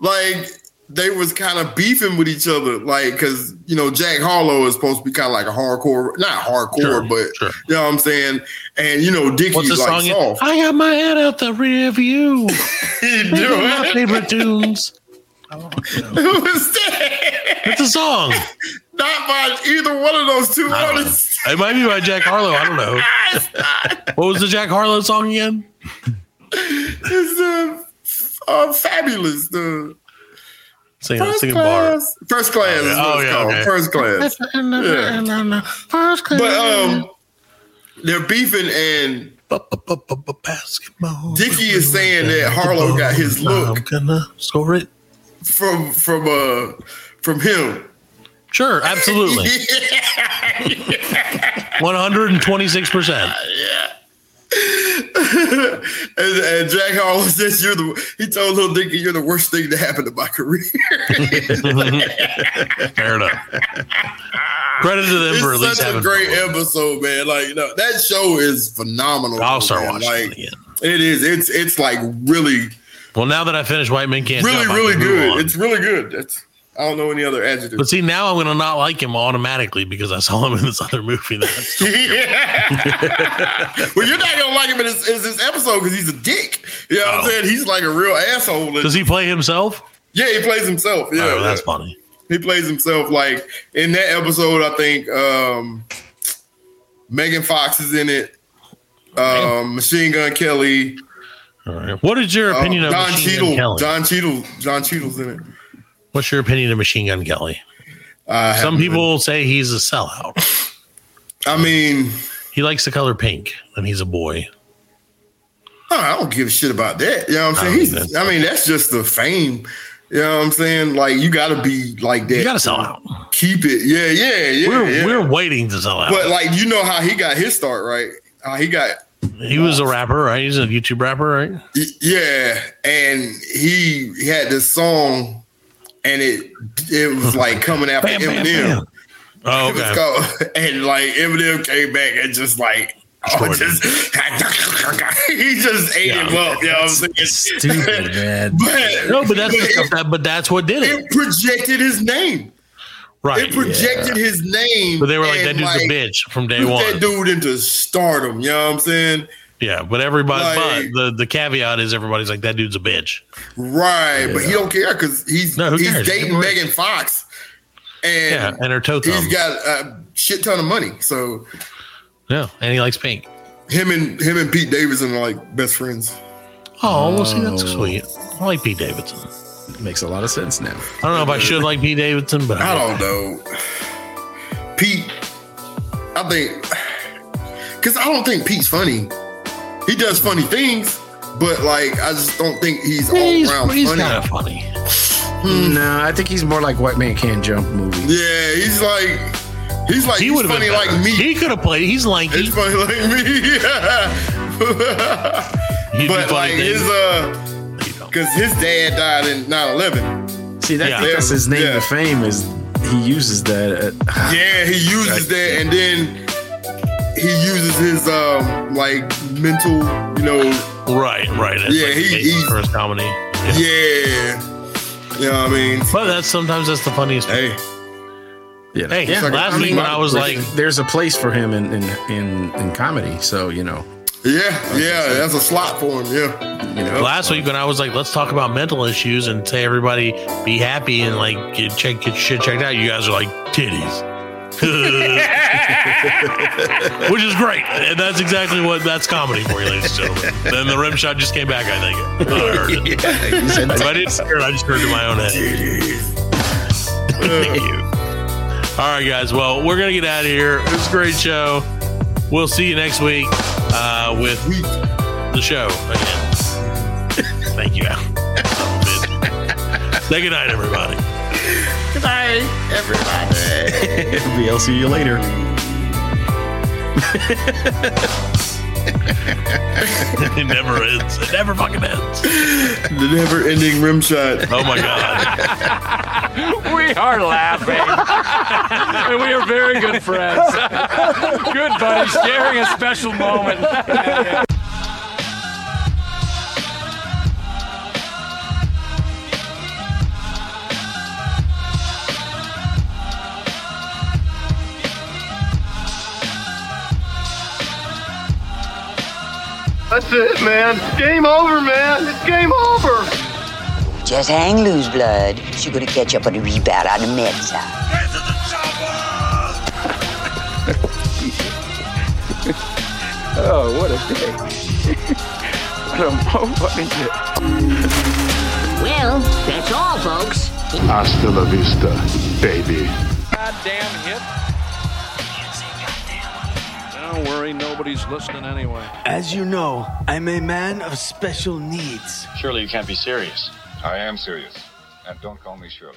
S2: like they was kind of beefing with each other, like because you know Jack Harlow is supposed to be kind of like a hardcore, not hardcore,
S7: Sure,
S2: but
S7: sure.
S2: you know what I'm saying. And you know
S7: What's the
S2: Dickie's like
S7: song?
S2: soft.
S7: I got my head out the rear view.
S2: You
S7: These are
S2: know
S7: my favorite tunes.
S2: Who is that?
S7: It's a song.
S2: Not by either one of those two
S7: I don't know.
S2: artists.
S7: It might be by Jack Harlow. I don't know.
S2: It's not.
S7: What was the Jack Harlow song again?
S2: It's uh, f- uh, fabulous. The
S7: Sing,
S2: first
S7: singing bar.
S2: class, first class is what
S7: Oh,
S2: it's
S7: yeah,
S2: called.
S7: okay.
S2: First class. Yeah. But um, they're beefing, and
S7: Basketball.
S2: Dickie is saying that Harlow got his
S7: I'm
S2: look
S7: gonna score it.
S2: from from uh from him.
S7: Sure, absolutely. One hundred and twenty-six percent.
S2: and, and Jack Harlow says you're the he told little Dickie you're the worst thing to happen to my career.
S7: Fair enough. Credit to them for at
S2: it's
S7: least
S2: such a
S7: having
S2: great
S7: fun.
S2: episode, man. Like no, that show is phenomenal.
S7: I'll start
S2: man.
S7: watching
S2: Like,
S7: it again.
S2: It is. It's it's like really,
S7: Well, now that I finished White Men Can't
S2: really,
S7: Jump, I
S2: really
S7: can move
S2: good.
S7: on.
S2: It's really good. That's I don't know any other adjective.
S7: but see, now I'm gonna not like him automatically because I saw him in this other movie. That's
S2: well, you're not gonna like him in this, in this episode because he's a dick. You know what I'm saying? He's like a real asshole.
S7: Oh. Does he play himself?
S2: yeah, he plays himself. Yeah,
S7: oh, that's
S2: yeah.
S7: funny.
S2: he plays himself. Like in that episode, I think um, Megan Fox is in it. Um, Machine Gun Kelly,
S7: All right. What is your
S2: uh,
S7: opinion of
S2: Don
S7: Machine Gun
S2: Cheadle,
S7: Kelly?
S2: John Cheadle, John Cheadle's in it.
S7: What's your opinion of Machine Gun Kelly?
S2: I haven't
S7: Some
S2: really-
S7: people say he's a sellout.
S2: I mean,
S7: He likes the color pink, and he's a boy.
S2: Oh, I don't give a shit about that. You know what I'm
S7: I
S2: saying?
S7: don't
S2: He's,
S7: either.
S2: I mean, that's just the fame. You know what I'm saying? Like you gotta be like that.
S7: You gotta sell out.
S2: Keep it. Yeah, yeah, yeah.
S7: we're
S2: yeah.
S7: we're waiting to sell out.
S2: but like you know how he got his start, right? How he got
S7: he was a rapper, right? He's a YouTube rapper, right?
S2: y- yeah, and he he had this song and it it was like coming after
S7: Bam, bam,
S2: Eminem.
S7: bam. Oh,
S2: It was
S7: okay.
S2: called, and like Eminem came back and just like oh,
S7: Destroyed
S2: just, he just ate
S7: Yeah.
S2: him up. You know what I'm saying?
S3: Stupid man.
S2: But,
S7: No, but that's
S2: but it-
S7: that, but that's what did it,
S2: it projected his name.
S7: right?
S2: It projected his name.
S7: Uh, But they were like,
S2: and,
S7: that dude's a bitch from day
S2: put
S7: one.
S2: That dude into stardom. You know what I'm saying?
S7: Yeah, but everybody,
S2: Like-
S7: but the, the caveat is everybody's like, that dude's a bitch.
S2: Right, but he don't care because he's
S7: No, who
S2: he's
S7: cares?
S2: dating
S7: Who cares?
S2: Megan Fox,
S7: Yeah,
S2: and
S7: and her toe thumb.
S2: he's got a shit ton of money. So
S7: yeah, and he likes pink.
S2: him and him and Pete Davidson are like best friends.
S7: Oh, well, see, that's
S3: Oh.
S7: sweet. I like Pete Davidson.
S3: Makes a lot of sense now.
S7: I don't know if I should like Pete Davidson, but
S2: I
S7: I,
S2: don't know, Pete. I think because I don't think Pete's funny. He does funny things, but like I just don't think he's all
S7: he's,
S2: around
S7: he's
S2: funny.
S7: kind of funny.
S3: No, Hmm, I think he's more like White Man Can't Jump movie.
S2: Yeah, he's like he's like
S7: He
S2: he's
S7: would have
S2: funny
S7: been
S2: like
S7: better.
S2: me.
S7: He could have played. He's lanky.
S2: he's funny like me.
S7: He'd be
S2: but
S7: funny
S2: like
S7: then.
S2: his uh
S7: You know.
S2: cause his dad died in 9-11.
S3: See, that,
S7: Yeah.
S3: I think that's his name
S2: Yeah.
S3: to fame is he uses that. At,
S2: Yeah, he uses that and then he uses his um like mental, you know.
S7: Right, right. It's
S2: Yeah,
S7: like
S2: he-
S7: Jason's
S2: he-
S7: first comedy.
S2: Yeah. You know what I mean?
S7: But that's sometimes that's the funniest.
S2: Hey,
S3: You know.
S7: hey.
S2: It's like a
S7: last
S2: comedy
S7: week when I was like,
S3: there's a place for him in in in, in comedy. So you know,
S2: yeah, yeah, that's a slot for him. Yeah.
S3: you know,
S7: last week when I was like, let's talk about mental issues and say everybody be happy and like get check get shit checked out. You guys are like titties. Which is great. And that's exactly what that's comedy for you, ladies and gentlemen. Then the rim shot just came back, I think. I heard it. If I didn't hear it, I just heard it in my own head. Thank you. All right, guys. Well, we're gonna get out of here. It was a great show. We'll see you next week uh, with the show again. Thank you, Al. Son of a bitch. Say good night, everybody.
S3: I'll see you later.
S7: It never ends. It never fucking ends.
S2: The never ending rim shot.
S7: Oh my god.
S9: We are laughing. and we are very good friends. good buddies, sharing a special moment.
S6: That's it, man. Game over, man. It's game over.
S11: Just hang loose, blood. She's gonna catch up on the rebound on the med side.
S9: Oh, what a day. what a moment.
S11: Well, that's all, folks.
S5: Hasta la vista, baby.
S9: Goddamn hip. Don't worry, nobody's listening anyway.
S12: As you know, I'm a man of special needs.
S6: Surely you can't be serious.
S13: I am serious. And don't call me Shirley.